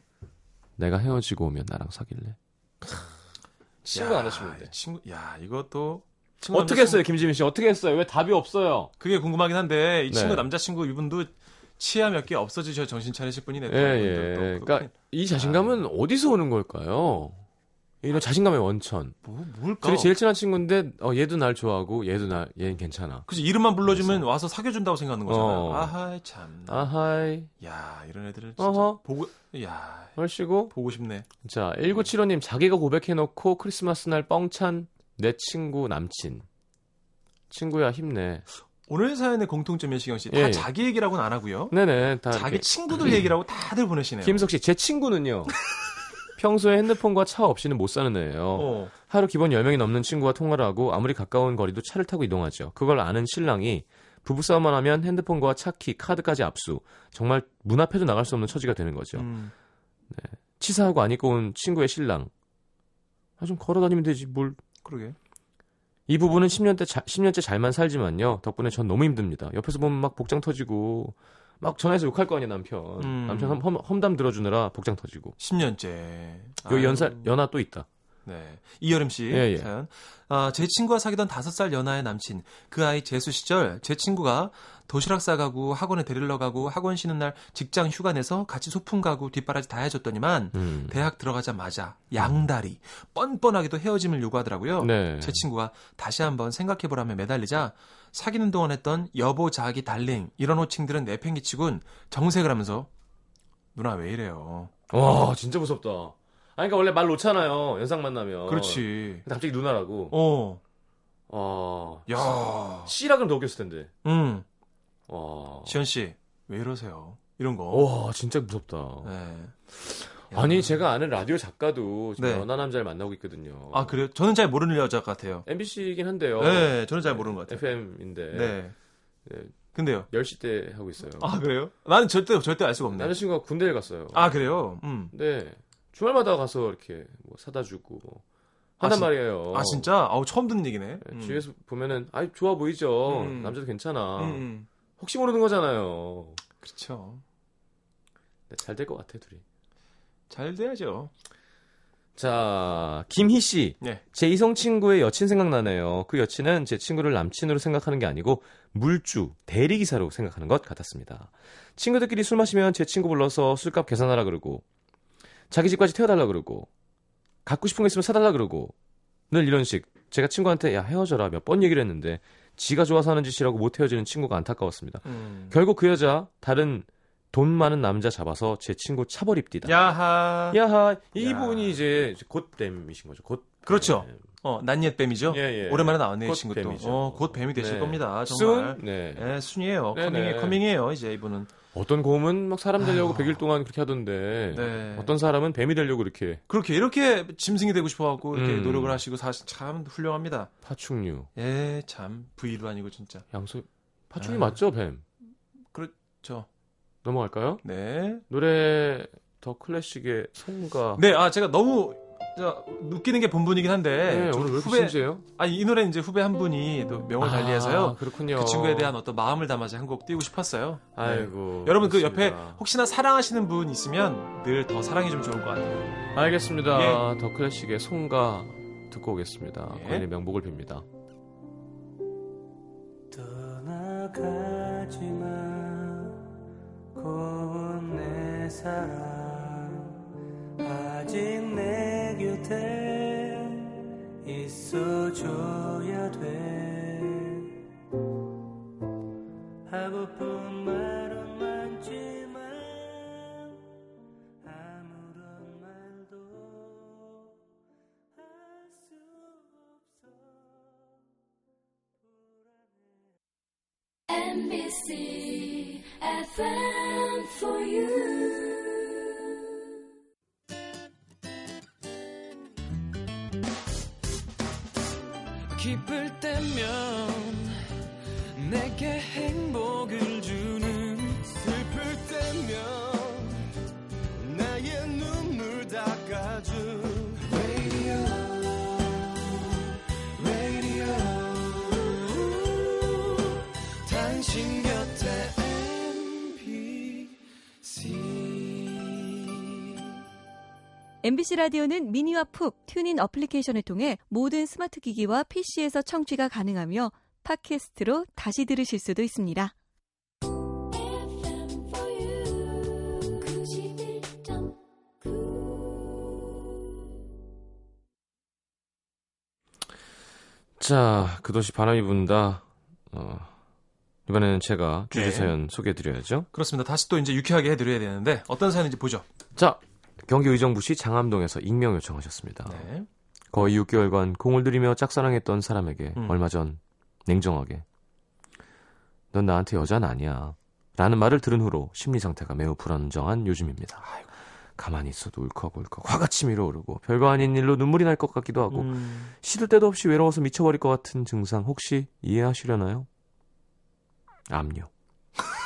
Speaker 1: 내가 헤어지고 오면 나랑 사귈래? 친구
Speaker 3: 야,
Speaker 1: 남자친구인데.
Speaker 3: 친구, 야, 이것도. 친구
Speaker 1: 어떻게
Speaker 3: 남자친구-
Speaker 1: 했어요, 김지민 씨? 어떻게 했어요? 왜 답이 없어요?
Speaker 3: 그게 궁금하긴 한데, 이 친구
Speaker 1: 네.
Speaker 3: 남자친구 이분도 치아 몇 개 없어지셔야 정신 차리실 분이네.
Speaker 1: 예, 예. 그러니까 이 자신감은 어디서 오는 걸까요? 이런 자신감의 원천.
Speaker 3: 뭐, 뭘까?
Speaker 1: 둘이 제일 친한 친구인데 어, 얘도 날 좋아하고 얘도 날 얘는 괜찮아.
Speaker 3: 그치, 이름만 불러주면 와서 사귀어준다고 생각하는 거잖아요.
Speaker 1: 어.
Speaker 3: 아하, 참.
Speaker 1: 아하이
Speaker 3: 야, 이런 애들은 진짜
Speaker 1: 어허.
Speaker 3: 보고, 야,
Speaker 1: 얼씨구.
Speaker 3: 보고 싶네.
Speaker 1: 자 1975님 자기가 고백해놓고 크리스마스 날 뻥찬 내 친구 남친. 친구야 힘내.
Speaker 3: 오늘 사연의 공통점이 시경 씨, 다
Speaker 1: 예.
Speaker 3: 자기 얘기라고는 안 하고요.
Speaker 1: 네네 다
Speaker 3: 자기
Speaker 1: 이렇게.
Speaker 3: 친구들 얘기라고 다들 보내시네요.
Speaker 1: 김석 씨 제 친구는요. 평소에 핸드폰과 차 없이는 못 사는 애예요.
Speaker 3: 어.
Speaker 1: 하루 기본 10명이 넘는 친구와 통화를 하고 아무리 가까운 거리도 차를 타고 이동하죠. 그걸 아는 신랑이 부부싸움만 하면 핸드폰과 차키, 카드까지 압수. 정말 문 앞에도 나갈 수 없는 처지가 되는 거죠.
Speaker 3: 음.
Speaker 1: 치사하고 안 입고 온 친구의 신랑. 아, 좀 걸어다니면 되지, 뭘.
Speaker 3: 그러게.
Speaker 1: 이 부부는 10년째, 자, 10년째 잘만 살지만요. 덕분에 전 너무 힘듭니다. 옆에서 보면 막 복장 터지고, 막 전화해서 욕할 거 아니야, 남편.
Speaker 3: 음.
Speaker 1: 남편 험, 험담 들어주느라 복장 터지고.
Speaker 3: 10년째.
Speaker 1: 요 연사, 연하 또 있다.
Speaker 3: 네. 이여름 씨
Speaker 1: 예, 예.
Speaker 3: 사연. 아, 제 친구와 사귀던 5살 연하의 남친. 그 아이 재수 시절 제 친구가 도시락 싸가고 학원에 데리러 가고 학원 쉬는 날 직장 휴가 내서 같이 소풍 가고 뒷바라지 다 해줬더니만
Speaker 1: 음.
Speaker 3: 대학 들어가자마자 양다리 뻔뻔하게도 헤어짐을 요구하더라고요.
Speaker 1: 네.
Speaker 3: 제 친구가 다시 한번 생각해보라며 매달리자 사귀는 동안 했던 여보 자기 달링 이런 호칭들은 내팽개치곤 정색을 하면서 누나 왜 이래요?
Speaker 1: 와, 진짜 무섭다. 아, 그러니까 원래 말 놓잖아요. 연상 만나면.
Speaker 3: 그렇지.
Speaker 1: 근데 갑자기 누나라고.
Speaker 3: 어,
Speaker 1: 어.
Speaker 3: 예. 야,
Speaker 1: 씨라 그럼 더 웃겼을 텐데.
Speaker 3: 음,
Speaker 1: 와.
Speaker 3: 지현 씨 왜 이러세요? 이런 거.
Speaker 1: 와, 진짜 무섭다.
Speaker 3: 네.
Speaker 1: 어. 아니, 제가 아는 라디오 작가도 지금
Speaker 3: 네.
Speaker 1: 연하 남자를 만나고 있거든요.
Speaker 3: 아 그래요? 저는 잘 모르는 여자 같아요.
Speaker 1: MBC이긴 한데요.
Speaker 3: 네, 저는 잘 모르는 것 같아요.
Speaker 1: FM인데.
Speaker 3: 네.
Speaker 1: 어. 네.
Speaker 3: 근데요?
Speaker 1: 10시 때 하고 있어요.
Speaker 3: 아 그래요? 나는 절대 절대 알 수가 없네.
Speaker 1: 남자친구가 군대를 갔어요.
Speaker 3: 아 그래요? 음.
Speaker 1: 네. 주말마다 가서 이렇게 뭐 사다 주고 뭐
Speaker 3: 아,
Speaker 1: 한단
Speaker 3: 진-
Speaker 1: 말이에요.
Speaker 3: 아 진짜? 아우 처음 듣는 얘기네.
Speaker 1: 어. 네,
Speaker 3: 음.
Speaker 1: 주위에서 보면은 아이 좋아 보이죠.
Speaker 3: 음.
Speaker 1: 남자도 괜찮아.
Speaker 3: 음, 음.
Speaker 1: 혹시 모르는 거잖아요.
Speaker 3: 그렇죠.
Speaker 1: 네, 잘 될 것 같아 둘이.
Speaker 3: 잘 돼야죠.
Speaker 1: 자, 김희 씨.
Speaker 3: 네.
Speaker 1: 제 이성 친구의 여친 생각나네요. 그 여친은 제 친구를 남친으로 생각하는 게 아니고 물주, 대리기사로 생각하는 것 같았습니다. 친구들끼리 술 마시면 제 친구 불러서 술값 계산하라 그러고 자기 집까지 태워달라 그러고 갖고 싶은 거 있으면 사달라 그러고 늘 이런 식. 제가 친구한테 야 헤어져라 몇 번 얘기를 했는데 지가 좋아서 하는 짓이라고 못 헤어지는 친구가 안타까웠습니다.
Speaker 3: 음.
Speaker 1: 결국 그 여자 다른 돈 많은 남자 잡아서 제 친구 차버립디다.
Speaker 3: 야하.
Speaker 1: 그 야하
Speaker 3: 야.
Speaker 1: 이분이 이제 곧 댐이신 거죠. 곧
Speaker 3: 그렇죠.
Speaker 1: 댐.
Speaker 3: 어, 난옛 뱀이죠?
Speaker 1: 예, 예.
Speaker 3: 오랜만에 나왔네요,
Speaker 1: 곧
Speaker 3: 이 친구도.
Speaker 1: 뱀이죠.
Speaker 3: 어, 곧 뱀이 되실
Speaker 1: 네.
Speaker 3: 겁니다. 정말.
Speaker 1: 순? 네.
Speaker 3: 예, 순이에요.
Speaker 1: 네네.
Speaker 3: 커밍이, 커밍이에요, 이제 이분은.
Speaker 1: 어떤 곰은 막 사람 되려고
Speaker 3: 아유.
Speaker 1: 100일 동안 그렇게 하던데
Speaker 3: 네.
Speaker 1: 예. 어떤 사람은 뱀이 되려고 이렇게
Speaker 3: 그렇게, 이렇게 짐승이 되고 싶어갖고, 이렇게
Speaker 1: 음.
Speaker 3: 노력을 하시고, 사실 참 훌륭합니다.
Speaker 1: 파충류,
Speaker 3: 예, 참. V도 아니고, 진짜.
Speaker 1: 양소 파충류
Speaker 3: 아유.
Speaker 1: 맞죠, 뱀?
Speaker 3: 저,
Speaker 1: 넘어갈까요?
Speaker 3: 네.
Speaker 1: 노래 더 클래식의 성가.
Speaker 3: 네, 아, 제가 너무, 저, 웃기는 게 본분이긴 한데,
Speaker 1: 네,
Speaker 3: 좀
Speaker 1: 오늘 왜 이렇게
Speaker 3: 후배,
Speaker 1: 진지해요?
Speaker 3: 아니, 이 노래는 이제 후배 한 분이 또 명을
Speaker 1: 아,
Speaker 3: 달리해서요.
Speaker 1: 그렇군요.
Speaker 3: 그 친구에 대한 어떤 마음을 담아서 한 곡 띄우고 싶었어요. 네.
Speaker 1: 아이고.
Speaker 3: 여러분 그 옆에
Speaker 1: 그렇습니다.
Speaker 3: 혹시나 사랑하시는 분 있으면 늘 더 사랑해 주면 좋을 것 같아요.
Speaker 1: 알겠습니다. 더 클래식의 송가 듣고 오겠습니다.
Speaker 3: 예.
Speaker 1: 고인의 명복을 빕니다.
Speaker 2: 떠나가지마 고운 내 사랑 아직 내 곁에 있어줘야 돼 하고픈 말은 많지만 아무런 말도 할 수 없어
Speaker 7: NBC FM for you.
Speaker 2: 기쁠 때면 내게 행복을 주는 슬플 때면 나의 눈물 닦아준 Radio, radio. 당신 곁에 MBC
Speaker 8: MBC 라디오는 미니와 푹 튜닝 어플리케이션을 통해 모든 스마트 기기와 PC에서 청취가 가능하며 팟캐스트로 다시 들으실 수도 있습니다.
Speaker 7: FM for you. 91.9.
Speaker 1: 자, 그도시 바람이 분다. 어, 이번에는 제가 주제
Speaker 3: 네.
Speaker 1: 사연 소개해드려야죠.
Speaker 3: 그렇습니다. 다시 또 이제 유쾌하게 해드려야 되는데 어떤 사연인지 보죠.
Speaker 1: 자, 경기 의정부시 장암동에서 익명 요청하셨습니다.
Speaker 3: 네.
Speaker 1: 거의 6개월간 공을 들이며 짝사랑했던 사람에게
Speaker 3: 음.
Speaker 1: 얼마 전 냉정하게 넌 나한테 여자는 아니야 라는 말을 들은 후로 심리 상태가 매우 불안정한 요즘입니다. 가만히 있어도 울컥울컥 화가 치밀어 오르고 별거 아닌 일로 눈물이 날 것 같기도 하고
Speaker 3: 음,
Speaker 1: 시들 때도 없이 외로워서 미쳐버릴 것 같은 증상 혹시 이해하시려나요? 암요.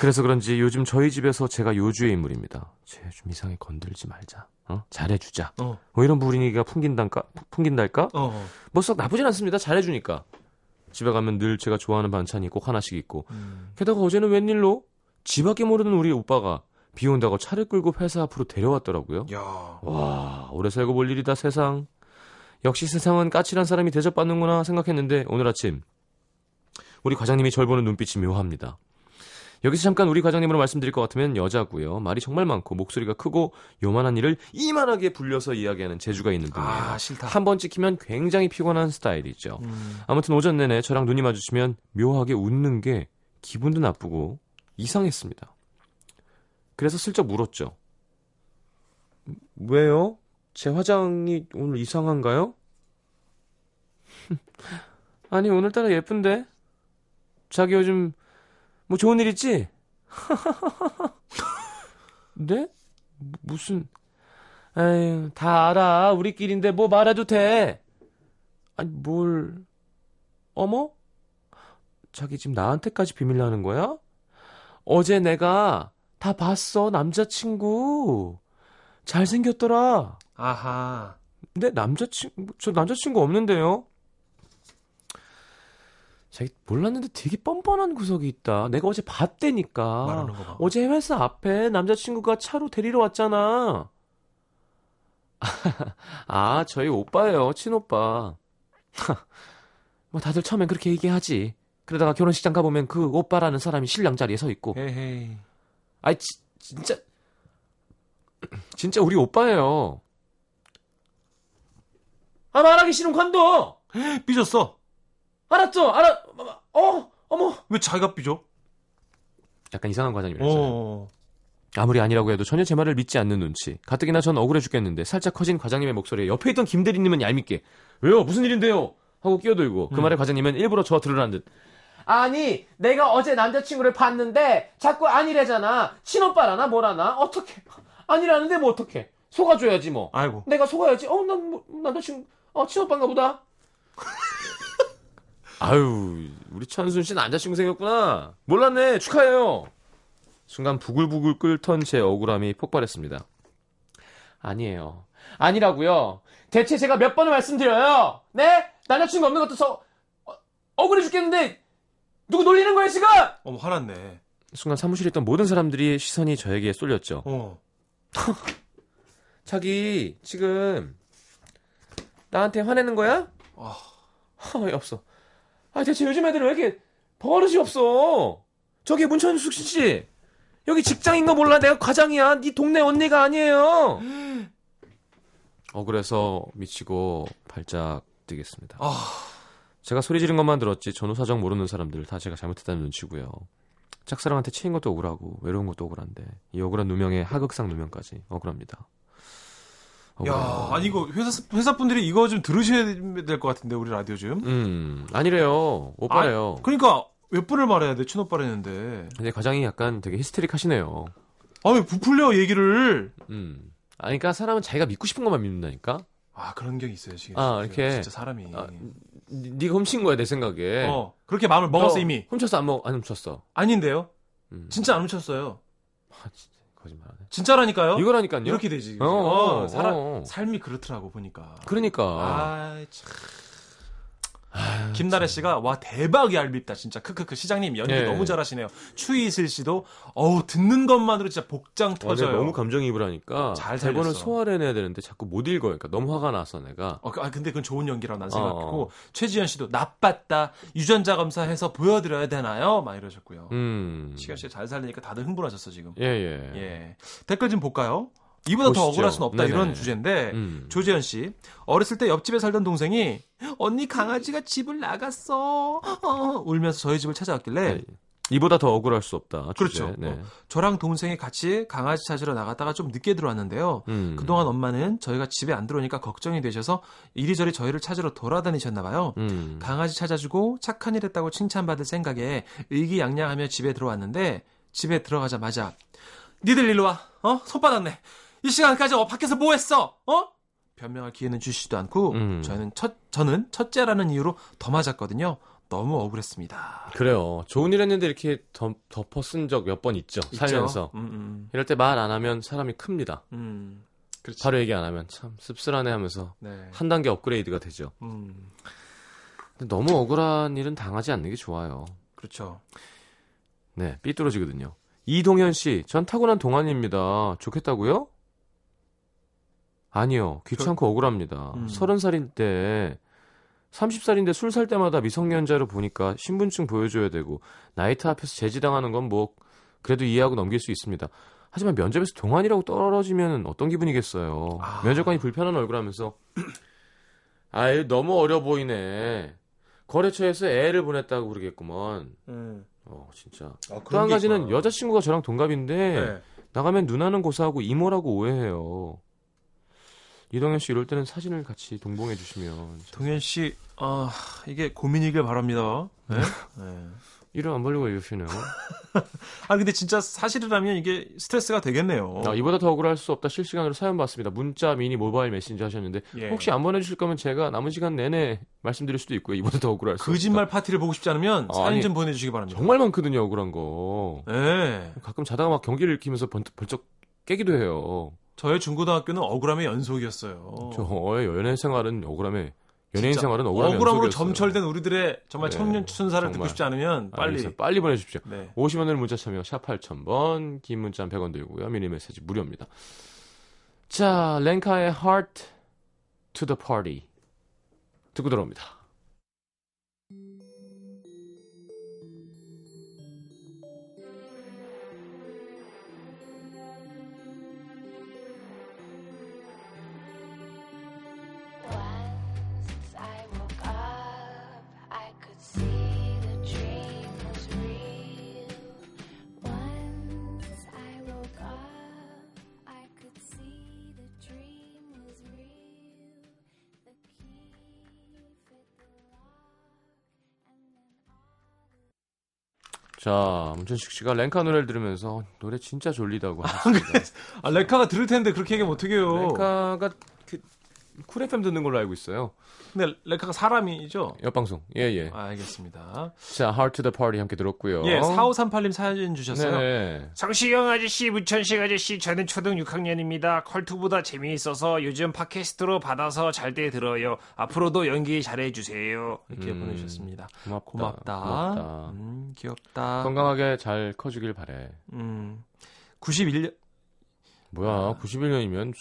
Speaker 1: 그래서 그런지 요즘 저희 집에서 제가 요주의 인물입니다. 쟤 좀 이상해 건들지 말자. 어? 잘해주자.
Speaker 3: 어.
Speaker 1: 뭐 이런 분위기가 풍긴달까? 풍긴달까?
Speaker 3: 어, 어.
Speaker 1: 뭐 썩 나쁘진 않습니다. 잘해주니까. 집에 가면 늘 제가 좋아하는 반찬이 꼭 하나씩 있고.
Speaker 3: 음.
Speaker 1: 게다가 어제는 웬일로 집밖에 모르는 우리 오빠가 비 온다고 차를 끌고 회사 앞으로 데려왔더라고요.
Speaker 3: 야.
Speaker 1: 와, 오래 살고 볼 일이다 세상. 역시 세상은 까칠한 사람이 대접받는구나 생각했는데 오늘 아침 우리 과장님이 절 보는 눈빛이 묘합니다. 여기서 잠깐 우리 과장님으로 말씀드릴 것 같으면 여자고요. 말이 정말 많고 목소리가 크고 요만한 일을 이만하게 불려서 이야기하는 재주가 있는 분이에요.
Speaker 3: 아 싫다.
Speaker 1: 한 번 찍히면 굉장히 피곤한 스타일이죠.
Speaker 3: 음,
Speaker 1: 아무튼 오전 내내 저랑 눈이 마주치면 묘하게 웃는 게 기분도 나쁘고 이상했습니다. 그래서 슬쩍 물었죠. 왜요? 제 화장이 오늘 이상한가요? 아니 오늘따라 예쁜데? 자기 요즘 뭐 좋은 일 있지? 네? 무- 무슨 에휴 다 알아 우리끼리인데 뭐 말해도 돼 아니 뭘 어머? 자기 지금 나한테까지 비밀 하는 거야? 어제 내가 다 봤어, 남자친구. 잘생겼더라.
Speaker 3: 아하.
Speaker 1: 근데 남자친구, 저 남자친구 없는데요? 자기 몰랐는데 되게 뻔뻔한 구석이 있다. 내가 어제 봤다니까.
Speaker 3: 말하는 거 봐.
Speaker 1: 어제 회사 앞에 남자친구가 차로 데리러 왔잖아. 아, 저희 오빠예요. 친오빠. 뭐 다들 처음엔 그렇게 얘기하지. 그러다가 결혼식장 가보면 그 오빠라는 사람이 신랑 자리에 서 있고.
Speaker 3: 헤헤이.
Speaker 1: 아이, 지- 진짜. 진짜 우리 오빠예요. 아, 말하기 싫은 관둬!
Speaker 3: 삐졌어.
Speaker 1: 알았죠? 알았, 어, 어머!
Speaker 3: 왜 자기가 삐져?
Speaker 1: 약간 이상한 과장님이었어요.
Speaker 3: 어.
Speaker 1: 아무리 아니라고 해도 전혀 제 말을 믿지 않는 눈치. 가뜩이나 전 억울해 죽겠는데 살짝 커진 과장님의 목소리에 옆에 있던 김대리님은 얄밉게 왜요? 무슨 일인데요? 하고 끼어들고 그 말에 과장님은 일부러 저와 들으라는 듯
Speaker 9: 아니, 내가 어제 남자친구를 봤는데 자꾸 아니래잖아. 친오빠라나 뭐라나 어떻게? 아니라는데 뭐 어떻게? 속아줘야지 뭐.
Speaker 3: 아이고.
Speaker 9: 내가 속아야지. 어, 난 뭐, 남자친구, 어, 친오빠인가 보다.
Speaker 1: 아유, 우리 천순 씨는 남자친구 생겼구나. 몰랐네. 축하해요. 순간 부글부글 끓던 제 억울함이 폭발했습니다.
Speaker 9: 아니에요. 아니라고요. 대체 제가 몇 번을 말씀드려요. 네? 남자친구 없는 것도 서 어, 억울해 죽겠는데 누구 놀리는 거예요 지금?
Speaker 3: 어머, 화났네.
Speaker 1: 순간 사무실에 있던 모든 사람들이 시선이 저에게 쏠렸죠.
Speaker 3: 어.
Speaker 1: 자기 지금 나한테 화내는 거야?
Speaker 3: 아.
Speaker 1: 허, 없어. 아 대체 요즘 애들은 왜 이렇게 버릇이 없어? 저기 문천숙 씨 여기 직장인 거 몰라 내가 과장이야 네 동네 언니가 아니에요. 억울해서 미치고 발작 뛰겠습니다.
Speaker 3: 아.
Speaker 1: 제가 소리 지른 것만 들었지 전후 사정 모르는 사람들 다 제가 잘못했다는 눈치고요. 짝사랑한테 치인 것도 억울하고 외로운 것도 억울한데 이 억울한 누명에 하극상 누명까지 억울합니다.
Speaker 3: 야,
Speaker 1: 억울해요.
Speaker 3: 아니 이거 회사 회사 분들이 이거 좀 들으셔야 될 것 같은데 우리 라디오 지금.
Speaker 1: 음 아니래요 오빠래요.
Speaker 3: 그러니까 몇 번을 말해야 돼 친오빠라는데.
Speaker 1: 근데 과장이 약간 되게 히스테릭하시네요.
Speaker 3: 아 왜 부풀려 얘기를?
Speaker 1: 음. 아, 그러니까 사람은 자기가 믿고 싶은 것만 믿는다니까.
Speaker 3: 아 그런 게 있어요 지금.
Speaker 1: 아, 이렇게.
Speaker 3: 진짜 사람이.
Speaker 1: 아, 니- 네가 훔친 거야 내 생각에.
Speaker 3: 음. 어 그렇게 마음을 먹었어
Speaker 1: 너
Speaker 3: 이미.
Speaker 1: 훔쳤어 안 먹? 안 훔쳤어.
Speaker 3: 아닌데요?
Speaker 1: 음. 아,
Speaker 3: 진짜 안 훔쳤어요.
Speaker 1: 거짓말하네.
Speaker 3: 진짜라니까요?
Speaker 1: 이거라니까요.
Speaker 3: 이렇게 되지.
Speaker 1: 어,
Speaker 3: 어,
Speaker 1: 어,
Speaker 3: 사람
Speaker 1: 어.
Speaker 3: 삶이 그렇더라고 보니까.
Speaker 1: 그러니까.
Speaker 3: 아, 참. 김나래 씨가 와 대박 얄밉다 진짜 크크크 시장님 연기
Speaker 1: 예.
Speaker 3: 너무 잘하시네요 추이슬 씨도 어우 듣는 것만으로 진짜 복장
Speaker 1: 어, 내가
Speaker 3: 터져요.
Speaker 1: 너무 감정이입을 하니까
Speaker 3: 잘 살렸어.
Speaker 1: 대본을 소화해내야 되는데 자꾸 못 읽어. 그러니까 너무 화가 나서 내가.
Speaker 3: 어, 그- 아, 근데 그건 좋은 연기라고 난
Speaker 1: 어.
Speaker 3: 생각했고 최지현 씨도 나빴다 유전자 검사해서 보여드려야 되나요? 막 이러셨고요.
Speaker 1: 음.
Speaker 3: 어, 시간 씨 잘 살리니까 다들 흥분하셨어 지금.
Speaker 1: 예, 예.
Speaker 3: 예. 댓글 좀 볼까요? 이보다
Speaker 1: 보시죠.
Speaker 3: 더 억울할 순 없다
Speaker 1: 네네.
Speaker 3: 이런 주제인데
Speaker 1: 음.
Speaker 3: 예. 조재현 씨 어렸을 때 옆집에 살던 동생이 언니 강아지가 집을 나갔어 어, 울면서 저희 집을 찾아왔길래
Speaker 1: 네. 이보다 더 억울할 수 없다. 주제.
Speaker 3: 그렇죠.
Speaker 1: 네.
Speaker 3: 어. 저랑 동생이 같이 강아지 찾으러 나갔다가 좀 늦게 들어왔는데요.
Speaker 1: 음.
Speaker 3: 그동안 엄마는 저희가 집에 안 들어오니까 걱정이 되셔서 이리저리 저희를 찾으러 돌아다니셨나 봐요.
Speaker 1: 음.
Speaker 3: 강아지 찾아주고 착한 일 했다고 칭찬받을 생각에 의기양양하며 집에 들어왔는데 집에 들어가자마자 니들 일로 와. 어? 손바닥네. 이 시간까지 어, 밖에서 뭐 했어? 어? 변명할 기회는 주시지도 않고
Speaker 1: 음.
Speaker 3: 저희는 첫 저는 첫째라는 이유로 더 맞았거든요. 너무 억울했습니다.
Speaker 1: 그래요. 좋은 일 했는데 이렇게 덮, 덮어 쓴 적 몇 번 있죠. 살면서.
Speaker 3: 있죠? 음, 음.
Speaker 1: 이럴 때 말 안 하면 사람이 큽니다.
Speaker 3: 음. 그렇지.
Speaker 1: 바로 얘기 안 하면 참 씁쓸하네 하면서
Speaker 3: 네.
Speaker 1: 한 단계 업그레이드가 되죠.
Speaker 3: 음.
Speaker 1: 근데 너무 억울한 일은 당하지 않는 게 좋아요.
Speaker 3: 그렇죠.
Speaker 1: 네, 삐뚤어지거든요. 이동현 씨, 전 타고난 동안입니다. 좋겠다고요? 아니요, 귀찮고 억울합니다.
Speaker 3: 음.
Speaker 1: 서른 살인 때, 30살인데 술 살 때마다 미성년자로 보니까 신분증 보여줘야 되고, 나이트 앞에서 제지당하는 건 뭐, 그래도 이해하고 넘길 수 있습니다. 하지만 면접에서 동안이라고 떨어지면 어떤 기분이겠어요.
Speaker 3: 아.
Speaker 1: 면접관이 불편한 얼굴 하면서, 아유, 너무 어려 보이네. 거래처에서 애를 보냈다고 그러겠구먼.
Speaker 3: 네.
Speaker 1: 어, 진짜.
Speaker 3: 아,
Speaker 1: 또 한 가지는 여자친구가 저랑 동갑인데
Speaker 3: 네.
Speaker 1: 나가면 누나는 고사하고 이모라고 오해해요. 이동현 씨 이럴 때는 사진을 같이 동봉해 주시면
Speaker 3: 동현 씨, 아 이게 고민이길 바랍니다. 네? 네.
Speaker 1: 음. 이름 안 벌리고 이러시네요.
Speaker 3: 아 근데 진짜 사실이라면 이게 스트레스가 되겠네요.
Speaker 1: 아, 이보다 더 억울할 수 없다 실시간으로 사연 받습니다. 문자, 미니, 모바일 메신저 하셨는데
Speaker 3: 예.
Speaker 1: 혹시 아- 안 보내주실 거면 제가 남은 시간 내내 말씀드릴 수도 있고요. 이보다 더 억울할 수
Speaker 3: 거짓말 파티를 보고 싶지 않으면
Speaker 1: 아,
Speaker 3: 사연
Speaker 1: 아니.
Speaker 3: 좀 보내주시기 바랍니다.
Speaker 1: 없다. 정말 많거든요 억울한 거.
Speaker 3: 네.
Speaker 1: 가끔 자다가 막 경기를 읽히면서 번, 벌쩍 깨기도 해요.
Speaker 3: 저의 중고등학교는 억울함의 연속이었어요.
Speaker 1: 저의 연애 생활은 억울함에 연예인
Speaker 3: 진짜
Speaker 1: 생활은 억울함에
Speaker 3: 억울함으로
Speaker 1: 연속이었어요.
Speaker 3: 점철된 우리들의 정말
Speaker 1: 네,
Speaker 3: 청년 추천사를 듣고
Speaker 1: 정말.
Speaker 3: 싶지 않으면 빨리.
Speaker 1: 알겠어요. 빨리 보내주십시오.
Speaker 3: 네.
Speaker 1: 50원을 문자 참여 샵 8000번 긴 문자 100원 들고요 미니 메시지 무료입니다 자 렌카의 Heart to the Party 듣고 들어옵니다
Speaker 7: Once I woke up, I could see the dream was real. Once I woke up.
Speaker 1: 자, 문천식 씨가 랭카 노래를 들으면서 노래 진짜 졸리다고 하셨습니다.
Speaker 3: 아, 레카가 들을 텐데 그렇게 얘기하면 어떡해요.
Speaker 1: 랭카가 그, 쿨 FM 듣는 걸로 알고 있어요.
Speaker 3: 근데 레카가 사람이죠?
Speaker 1: 옆방송. 예, 예.
Speaker 3: 아, 알겠습니다.
Speaker 1: 자, Heart to the Party 함께 들었고요.
Speaker 3: 예, 4538님 사연 주셨어요.
Speaker 1: 어. 네.
Speaker 5: 성시경 아저씨, 무천식 아저씨, 저는 초등 6학년입니다. 컬투보다 재미있어서 요즘 팟캐스트로 받아서 잘 때 들어요. 앞으로도 연기 잘해주세요.
Speaker 3: 이렇게
Speaker 1: 음.
Speaker 3: 보내주셨습니다.
Speaker 1: 고맙다.
Speaker 3: 고맙다.
Speaker 1: 고맙다.
Speaker 3: 음, 귀엽다.
Speaker 1: 건강하게 잘 커주길 바래.
Speaker 3: 음. 91년,
Speaker 1: 뭐야, 91년이면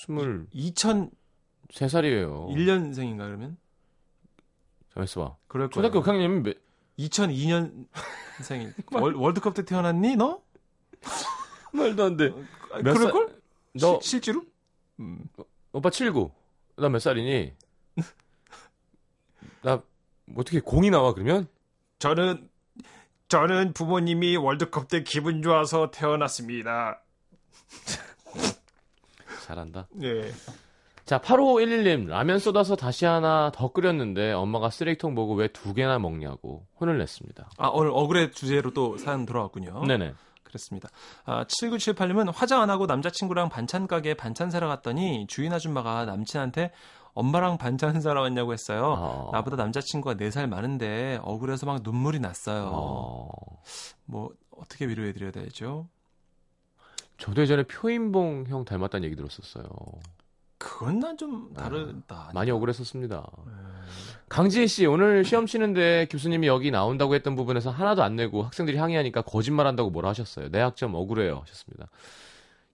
Speaker 1: 23살이에요.
Speaker 3: 2001년생인가
Speaker 1: 어.
Speaker 3: 그러면?
Speaker 1: 잠만 있어봐.
Speaker 3: 그럴 거예요.
Speaker 1: 초등학교 6학년이면 몇,
Speaker 3: 2002년생이. 월, 월드컵 때 태어났니, 너?
Speaker 1: 말도 안 돼.
Speaker 3: 아,
Speaker 1: 몇 살-
Speaker 3: 그럴걸?
Speaker 1: 너,
Speaker 3: 시- 실제로? 음.
Speaker 1: 오빠 79. 나 몇 살이니? 나, 어떻게 공이 나와, 그러면?
Speaker 5: 저는, 저는 부모님이 월드컵 때 기분 좋아서 태어났습니다.
Speaker 1: 잘한다.
Speaker 5: 예.
Speaker 1: 자, 8511님, 라면 쏟아서 다시 하나 더 끓였는데 엄마가 쓰레기통 보고 왜 두 개나 먹냐고 혼을 냈습니다.
Speaker 3: 아, 오늘 억울의 주제로 또 사연 돌아왔군요.
Speaker 1: 네네.
Speaker 3: 그렇습니다. 아, 7978님은 화장 안 하고 남자친구랑 반찬 가게에 반찬 사러 갔더니 주인 아줌마가 남친한테 엄마랑 반찬 사러 왔냐고 했어요.
Speaker 1: 어.
Speaker 3: 나보다 남자친구가 4살 많은데 억울해서 막 눈물이 났어요.
Speaker 1: 어.
Speaker 3: 뭐 어떻게 위로해 드려야 되죠?
Speaker 1: 저도 예전에 표인봉 형 닮았다는 얘기 들었었어요.
Speaker 3: 그건 난 좀
Speaker 1: 아.
Speaker 3: 다르다. 예.
Speaker 1: 많이 억울했었습니다. 강지혜 씨, 오늘 시험 치는데 교수님이 여기 나온다고 했던 부분에서 하나도 안 내고 학생들이 항의하니까 거짓말한다고 뭐라 하셨어요. 내 학점 억울해요. 하셨습니다.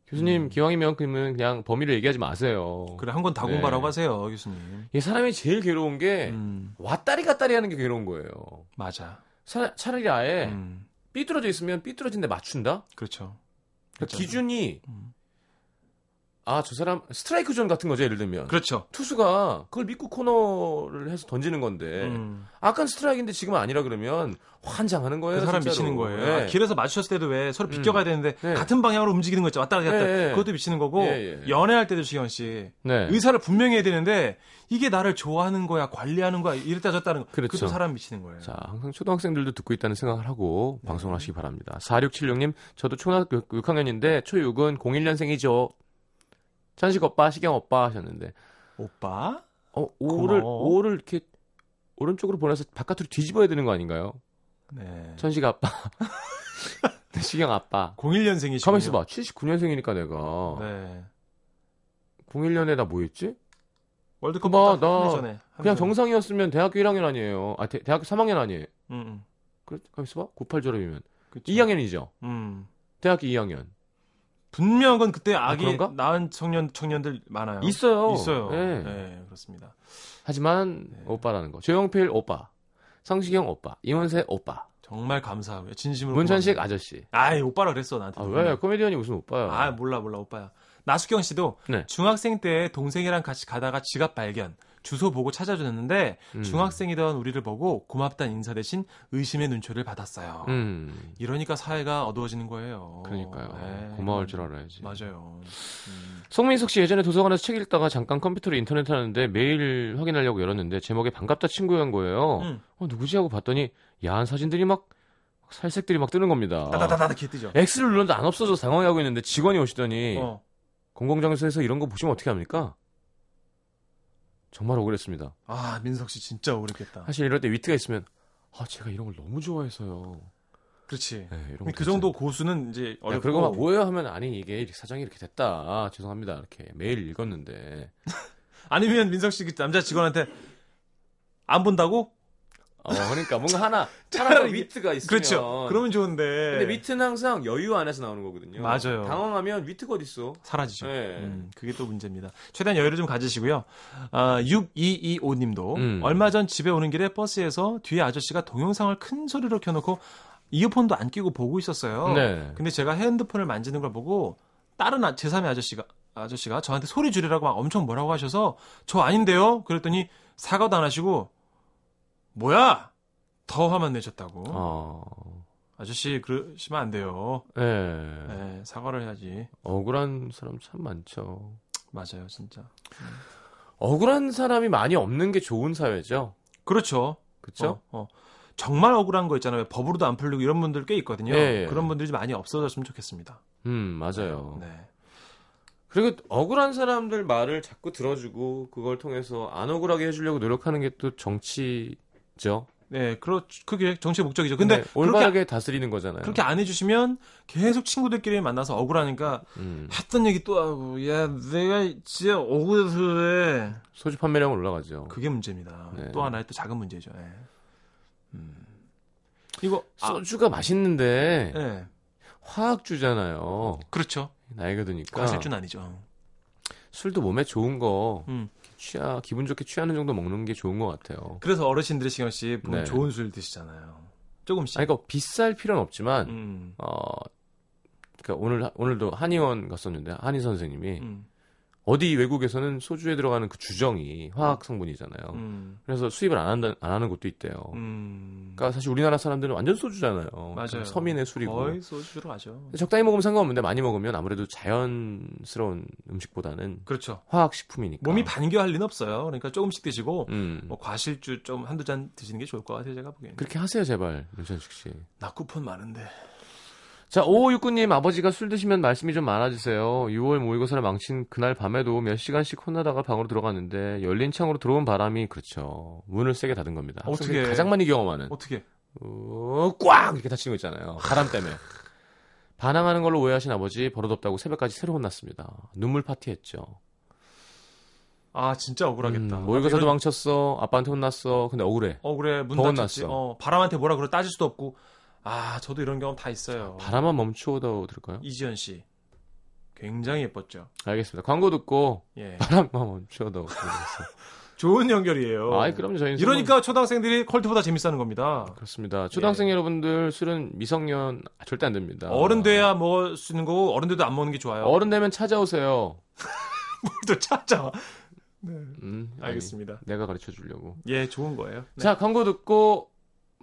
Speaker 1: 교수님, 기왕이면 그러면 그냥 범위를 얘기하지 마세요.
Speaker 3: 음. 그래 한 건 다
Speaker 1: 네.
Speaker 3: 공부하라고 하세요, 교수님.
Speaker 1: 이게 사람이 제일 괴로운 게
Speaker 3: 음,
Speaker 1: 왔다리 갔다리 하는 게 괴로운 거예요.
Speaker 3: 맞아.
Speaker 1: 차, 차라리 아예
Speaker 3: 음,
Speaker 1: 삐뚤어져 있으면 삐뚤어진데 맞춘다?
Speaker 3: 그렇죠.
Speaker 1: 그러니까
Speaker 3: 맞아요.
Speaker 1: 기준이
Speaker 3: 음.
Speaker 1: 아 저 사람 스트라이크 존 같은 거죠 예를 들면
Speaker 3: 그렇죠.
Speaker 1: 투수가 그걸 믿고 코너를 해서 던 건데
Speaker 3: 음,
Speaker 1: 아까 스트라이크인데 지금 아니라 그러면 환장하는 거예요.
Speaker 3: 그 사람
Speaker 1: 아, 진짜로.
Speaker 3: 미치는 거예요.
Speaker 1: 예.
Speaker 3: 아, 길에서 마주쳤을 때도 왜 서로 비껴가야 되는데
Speaker 1: 네.
Speaker 3: 같은 방향으로 움직이는 거 있죠. 왔다 갔다.
Speaker 1: 예, 예.
Speaker 3: 그것도 미치는 거고
Speaker 1: 예, 예.
Speaker 3: 연애할 때도 지경 씨
Speaker 1: 네.
Speaker 3: 의사를 분명히 해야 되는데 이게 나를 좋아하는 거야 관리하는 거야 이랬다 저랬다는 거
Speaker 1: 그렇죠.
Speaker 3: 그것도 사람 미치는 거예요.
Speaker 1: 자, 항상 초등학생들도 듣고 있다는 생각을 하고 방송을 하시기 바랍니다. 4676님, 저도 초등학교 6학년인데 초6은 01년생이죠. 천식 오빠, 시경 오빠 하셨는데
Speaker 3: 오빠
Speaker 1: 어, 5를
Speaker 3: 고마워.
Speaker 1: 5를 이렇게 오른쪽으로 보내서 바깥으로 뒤집어야 되는 거 아닌가요?
Speaker 3: 네.
Speaker 1: 천식 아빠. 시경 아빠.
Speaker 3: 01년생이시군요.
Speaker 1: 가만 있어 봐. 79년생이니까 내가
Speaker 3: 네.
Speaker 1: 01년에 나 뭐 했지?
Speaker 3: 월드컵
Speaker 1: 그만,
Speaker 3: 딱
Speaker 1: 나
Speaker 3: 한 전에 한
Speaker 1: 그냥
Speaker 3: 전에.
Speaker 1: 정상이었으면 대학교 1학년 아니에요. 아, 대, 학교 3학년 아니에요.
Speaker 3: 음, 음.
Speaker 1: 그래, 가만 있어 봐. 98 졸업이면
Speaker 3: 그쵸.
Speaker 1: 2학년이죠.
Speaker 3: 음.
Speaker 1: 대학교 2학년.
Speaker 3: 분명 은 그때 아기
Speaker 1: 그런가?
Speaker 3: 낳은 청년 청년들 많아요.
Speaker 1: 있어요.
Speaker 3: 있어요.
Speaker 1: 예.
Speaker 3: 네, 그렇습니다.
Speaker 1: 하지만
Speaker 3: 네.
Speaker 1: 오빠라는 거. 조영필 오빠, 성시경 오빠, 이문세 오빠,
Speaker 3: 정말 감사하고요. 진심으로.
Speaker 1: 문천식
Speaker 3: 고맙네요.
Speaker 1: 아저씨.
Speaker 3: 아이 오빠라 그랬어 나한테.
Speaker 1: 아, 왜 코미디언이 무슨 오빠야?
Speaker 3: 음. 아 몰라 몰라 오빠야. 나수경 씨도
Speaker 1: 네.
Speaker 3: 중학생 때 동생이랑 같이 가다가 지갑 발견. 주소 보고 찾아줬는데
Speaker 1: 음.
Speaker 3: 중학생이던 우리를 보고 고맙다는 인사 대신 의심의 눈초리를 받았어요.
Speaker 1: 음.
Speaker 3: 이러니까 사회가 어두워지는 거예요.
Speaker 1: 그러니까요.
Speaker 3: 네.
Speaker 1: 고마울 줄 알아야지.
Speaker 3: 맞아요. 음.
Speaker 1: 송민석 씨 예전에 도서관에서 책 읽다가 잠깐 컴퓨터로 인터넷 하는데 메일 확인하려고 열었는데 제목에 반갑다 친구인 거예요.
Speaker 3: 음.
Speaker 1: 어, 누구지 하고 봤더니 야한 사진들이 막 살색들이 막 뜨는 겁니다.
Speaker 3: 따다다다 이렇게 뜨죠.
Speaker 1: X를 눌렀는데 안 없어져 당황하고 있는데 직원이 오시더니
Speaker 3: 어.
Speaker 1: 공공장소에서 이런 거 보시면 어떻게 합니까? 정말 억울했습니다.
Speaker 3: 아 민석 씨 진짜 오래겠다.
Speaker 1: 사실 이럴 때 위트가 있으면 아 제가 이런 걸 너무 좋아해서요.
Speaker 3: 그렇지.
Speaker 1: 네, 이런 거
Speaker 3: 그 정도 고수는 이제
Speaker 1: 괜찮아요. 야,
Speaker 3: 어렵고.
Speaker 1: 그리고 막 뭐예요 하면 아니 이게 이렇게 사정이 이렇게 됐다. 아, 죄송합니다. 이렇게 매일 읽었는데
Speaker 3: 아니면 민석 씨그 남자 직원한테 안 본다고?
Speaker 1: 어 그러니까 뭔가 하나 하나
Speaker 3: 차라리
Speaker 1: 위트가 있으면
Speaker 3: 그렇죠. 그러면 좋은데.
Speaker 1: 근데 위트는 항상 여유 안에서 나오는 거거든요.
Speaker 3: 맞아요.
Speaker 1: 당황하면 위트가 어디 있어?
Speaker 3: 사라지죠.
Speaker 1: 네.
Speaker 3: 음, 그게 또 문제입니다. 최대한 여유를 좀 가지시고요. 아, 6225님도
Speaker 1: 음.
Speaker 3: 얼마 전 집에 오는 길에 버스에서 뒤에 아저씨가 동영상을 큰 소리로 켜놓고 이어폰도 안 끼고 보고 있었어요.
Speaker 1: 네.
Speaker 3: 근데 제가 핸드폰을 만지는 걸 보고 다른 아, 제3의 아저씨가 아저씨가 저한테 소리 줄이라고 막 엄청 뭐라고 하셔서 저 아닌데요. 그랬더니 사과도 안 하시고 뭐야 더 화만 내셨다고.
Speaker 1: 어.
Speaker 3: 아저씨 그러시면 안 돼요.
Speaker 1: 예.
Speaker 3: 네, 사과를 해야지.
Speaker 1: 억울한 사람 참 많죠.
Speaker 3: 맞아요, 진짜.
Speaker 1: 억울한 사람이 많이 없는 게 좋은 사회죠.
Speaker 3: 그렇죠.
Speaker 1: 그렇죠?
Speaker 3: 어, 어. 정말 억울한 거 있잖아요. 왜 법으로도 안 풀리고 이런 분들 꽤 있거든요.
Speaker 1: 예, 예.
Speaker 3: 그런 분들이 좀 많이 없어졌으면 좋겠습니다.
Speaker 1: 음, 맞아요.
Speaker 3: 네.
Speaker 1: 그리고 억울한 사람들 말을 자꾸 들어주고 그걸 통해서 안 억울하게 해주려고 노력하는 게 또 정치죠.
Speaker 3: 네, 그렇 그게 정치의 목적이죠. 근데
Speaker 1: 네,
Speaker 3: 그렇게
Speaker 1: 올바르게 다스리는 거잖아요.
Speaker 3: 그렇게 안 해주시면 계속 친구들끼리 만나서 억울하니까
Speaker 1: 음,
Speaker 3: 했던 얘기 또 하고 야 내가 진짜 억울해서 그래.
Speaker 1: 소주 판매량 은 올라가죠.
Speaker 3: 그게 문제입니다.
Speaker 1: 네.
Speaker 3: 또 하나의 또 작은 문제죠. 예. 음. 이거 아,
Speaker 1: 소주가 맛있는데
Speaker 3: 예.
Speaker 1: 화학주잖아요.
Speaker 3: 그렇죠.
Speaker 1: 나이가 드니까
Speaker 3: 과실준 아니죠.
Speaker 1: 술도 몸에 좋은 거
Speaker 3: 음.
Speaker 1: 취하 기분 좋게 취하는 정도 먹는 게 좋은 것 같아요.
Speaker 3: 그래서 어르신들이 시경 씨 보면
Speaker 1: 네.
Speaker 3: 좋은 술 드시잖아요. 조금씩.
Speaker 1: 아니 그러니까 비쌀 필요는 없지만
Speaker 3: 음.
Speaker 1: 어 그러니까 오늘 오늘도 한의원 갔었는데 한의 선생님이
Speaker 3: 음.
Speaker 1: 어디 외국에서는 소주에 들어가는 그 주정이 화학 성분이잖아요.
Speaker 3: 음.
Speaker 1: 그래서 수입을 안 한다 안 하는 곳도 있대요.
Speaker 3: 음.
Speaker 1: 어. 그러니까 사실 우리나라 사람들은 완전 소주잖아요. 그러니까
Speaker 3: 맞아요.
Speaker 1: 서민의 술이고
Speaker 3: 거의 소주로 하죠.
Speaker 1: 적당히 먹으면 상관없는데 많이 먹으면 아무래도 자연스러운 음식보다는
Speaker 3: 그렇죠.
Speaker 1: 화학 식품이니까
Speaker 3: 몸이 반겨할 리는 없어요. 그러니까 조금씩 드시고
Speaker 1: 어. 음.
Speaker 3: 뭐 과실주 좀 한두 잔 드시는 게 좋을 것 같아요. 제가 보기에는.
Speaker 1: 그렇게 음. 하세요 제발 윤천식 씨.
Speaker 3: 나 쿠폰 많은데.
Speaker 1: 자, 5569님 아버지가 술 드시면 말씀이 좀 많아지세요. 6월 모의고사를 망친 그날 밤에도 몇 시간씩 혼나다가 방으로 들어갔는데 열린 창으로 들어온 바람이 그렇죠. 문을 세게 닫은 겁니다.
Speaker 3: 어떻게?
Speaker 1: 학생들이 가장 많이 경험하는
Speaker 3: 어떻게?
Speaker 1: 어, 꽝 이렇게 다치는 거 있잖아요. 바람 때문에. 반항하는 걸로 오해하신 아버지 버릇없다고 새벽까지 새로 혼났습니다. 눈물 파티했죠.
Speaker 3: 아 진짜 억울하겠다.
Speaker 1: 음, 모의고사도 망쳤어. 아빠한테 혼났어. 근데 억울해.
Speaker 3: 어 그래 문
Speaker 1: 더
Speaker 3: 닫혔지.
Speaker 1: 혼났어.
Speaker 3: 어, 바람한테 뭐라 그러 따질 수도 없고. 아 저도 이런 경험 다 있어요.
Speaker 1: 바람만 멈추어도 들을까요?
Speaker 3: 이지현 씨 굉장히 예뻤죠.
Speaker 1: 알겠습니다. 광고 듣고
Speaker 3: 예.
Speaker 1: 바람만 멈추어도 들으겠어요.
Speaker 3: 좋은 연결이에요.
Speaker 1: 아이 그럼 저희
Speaker 3: 이러니까 초등학생들이 컬트보다 재밌다는 겁니다.
Speaker 1: 그렇습니다. 초등학생 여러분들 술은 미성년 아, 절대 안 됩니다.
Speaker 3: 어른 돼야 먹을 수 있는 거고 어른 돼도 안 먹는 게 좋아요.
Speaker 1: 어른 되면 찾아오세요.
Speaker 3: 또 찾자.
Speaker 1: 음, 아니,
Speaker 3: 알겠습니다.
Speaker 1: 내가 가르쳐 주려고.
Speaker 3: 예, 좋은 거예요. 네.
Speaker 1: 자, 광고 듣고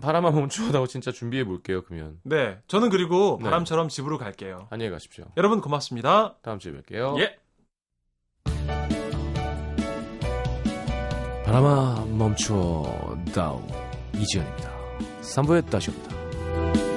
Speaker 1: 바람만 멈추어다고 진짜 준비해 볼게요. 그러면
Speaker 3: 네, 저는 그리고
Speaker 1: 네.
Speaker 3: 바람처럼 집으로 갈게요.
Speaker 1: 안녕히 가십시오.
Speaker 3: 여러분 고맙습니다.
Speaker 1: 다음 주에 뵐게요.
Speaker 3: 예.
Speaker 1: 바람아 멈추어 다운 이지연입니다. 3부에 다시 옵니다.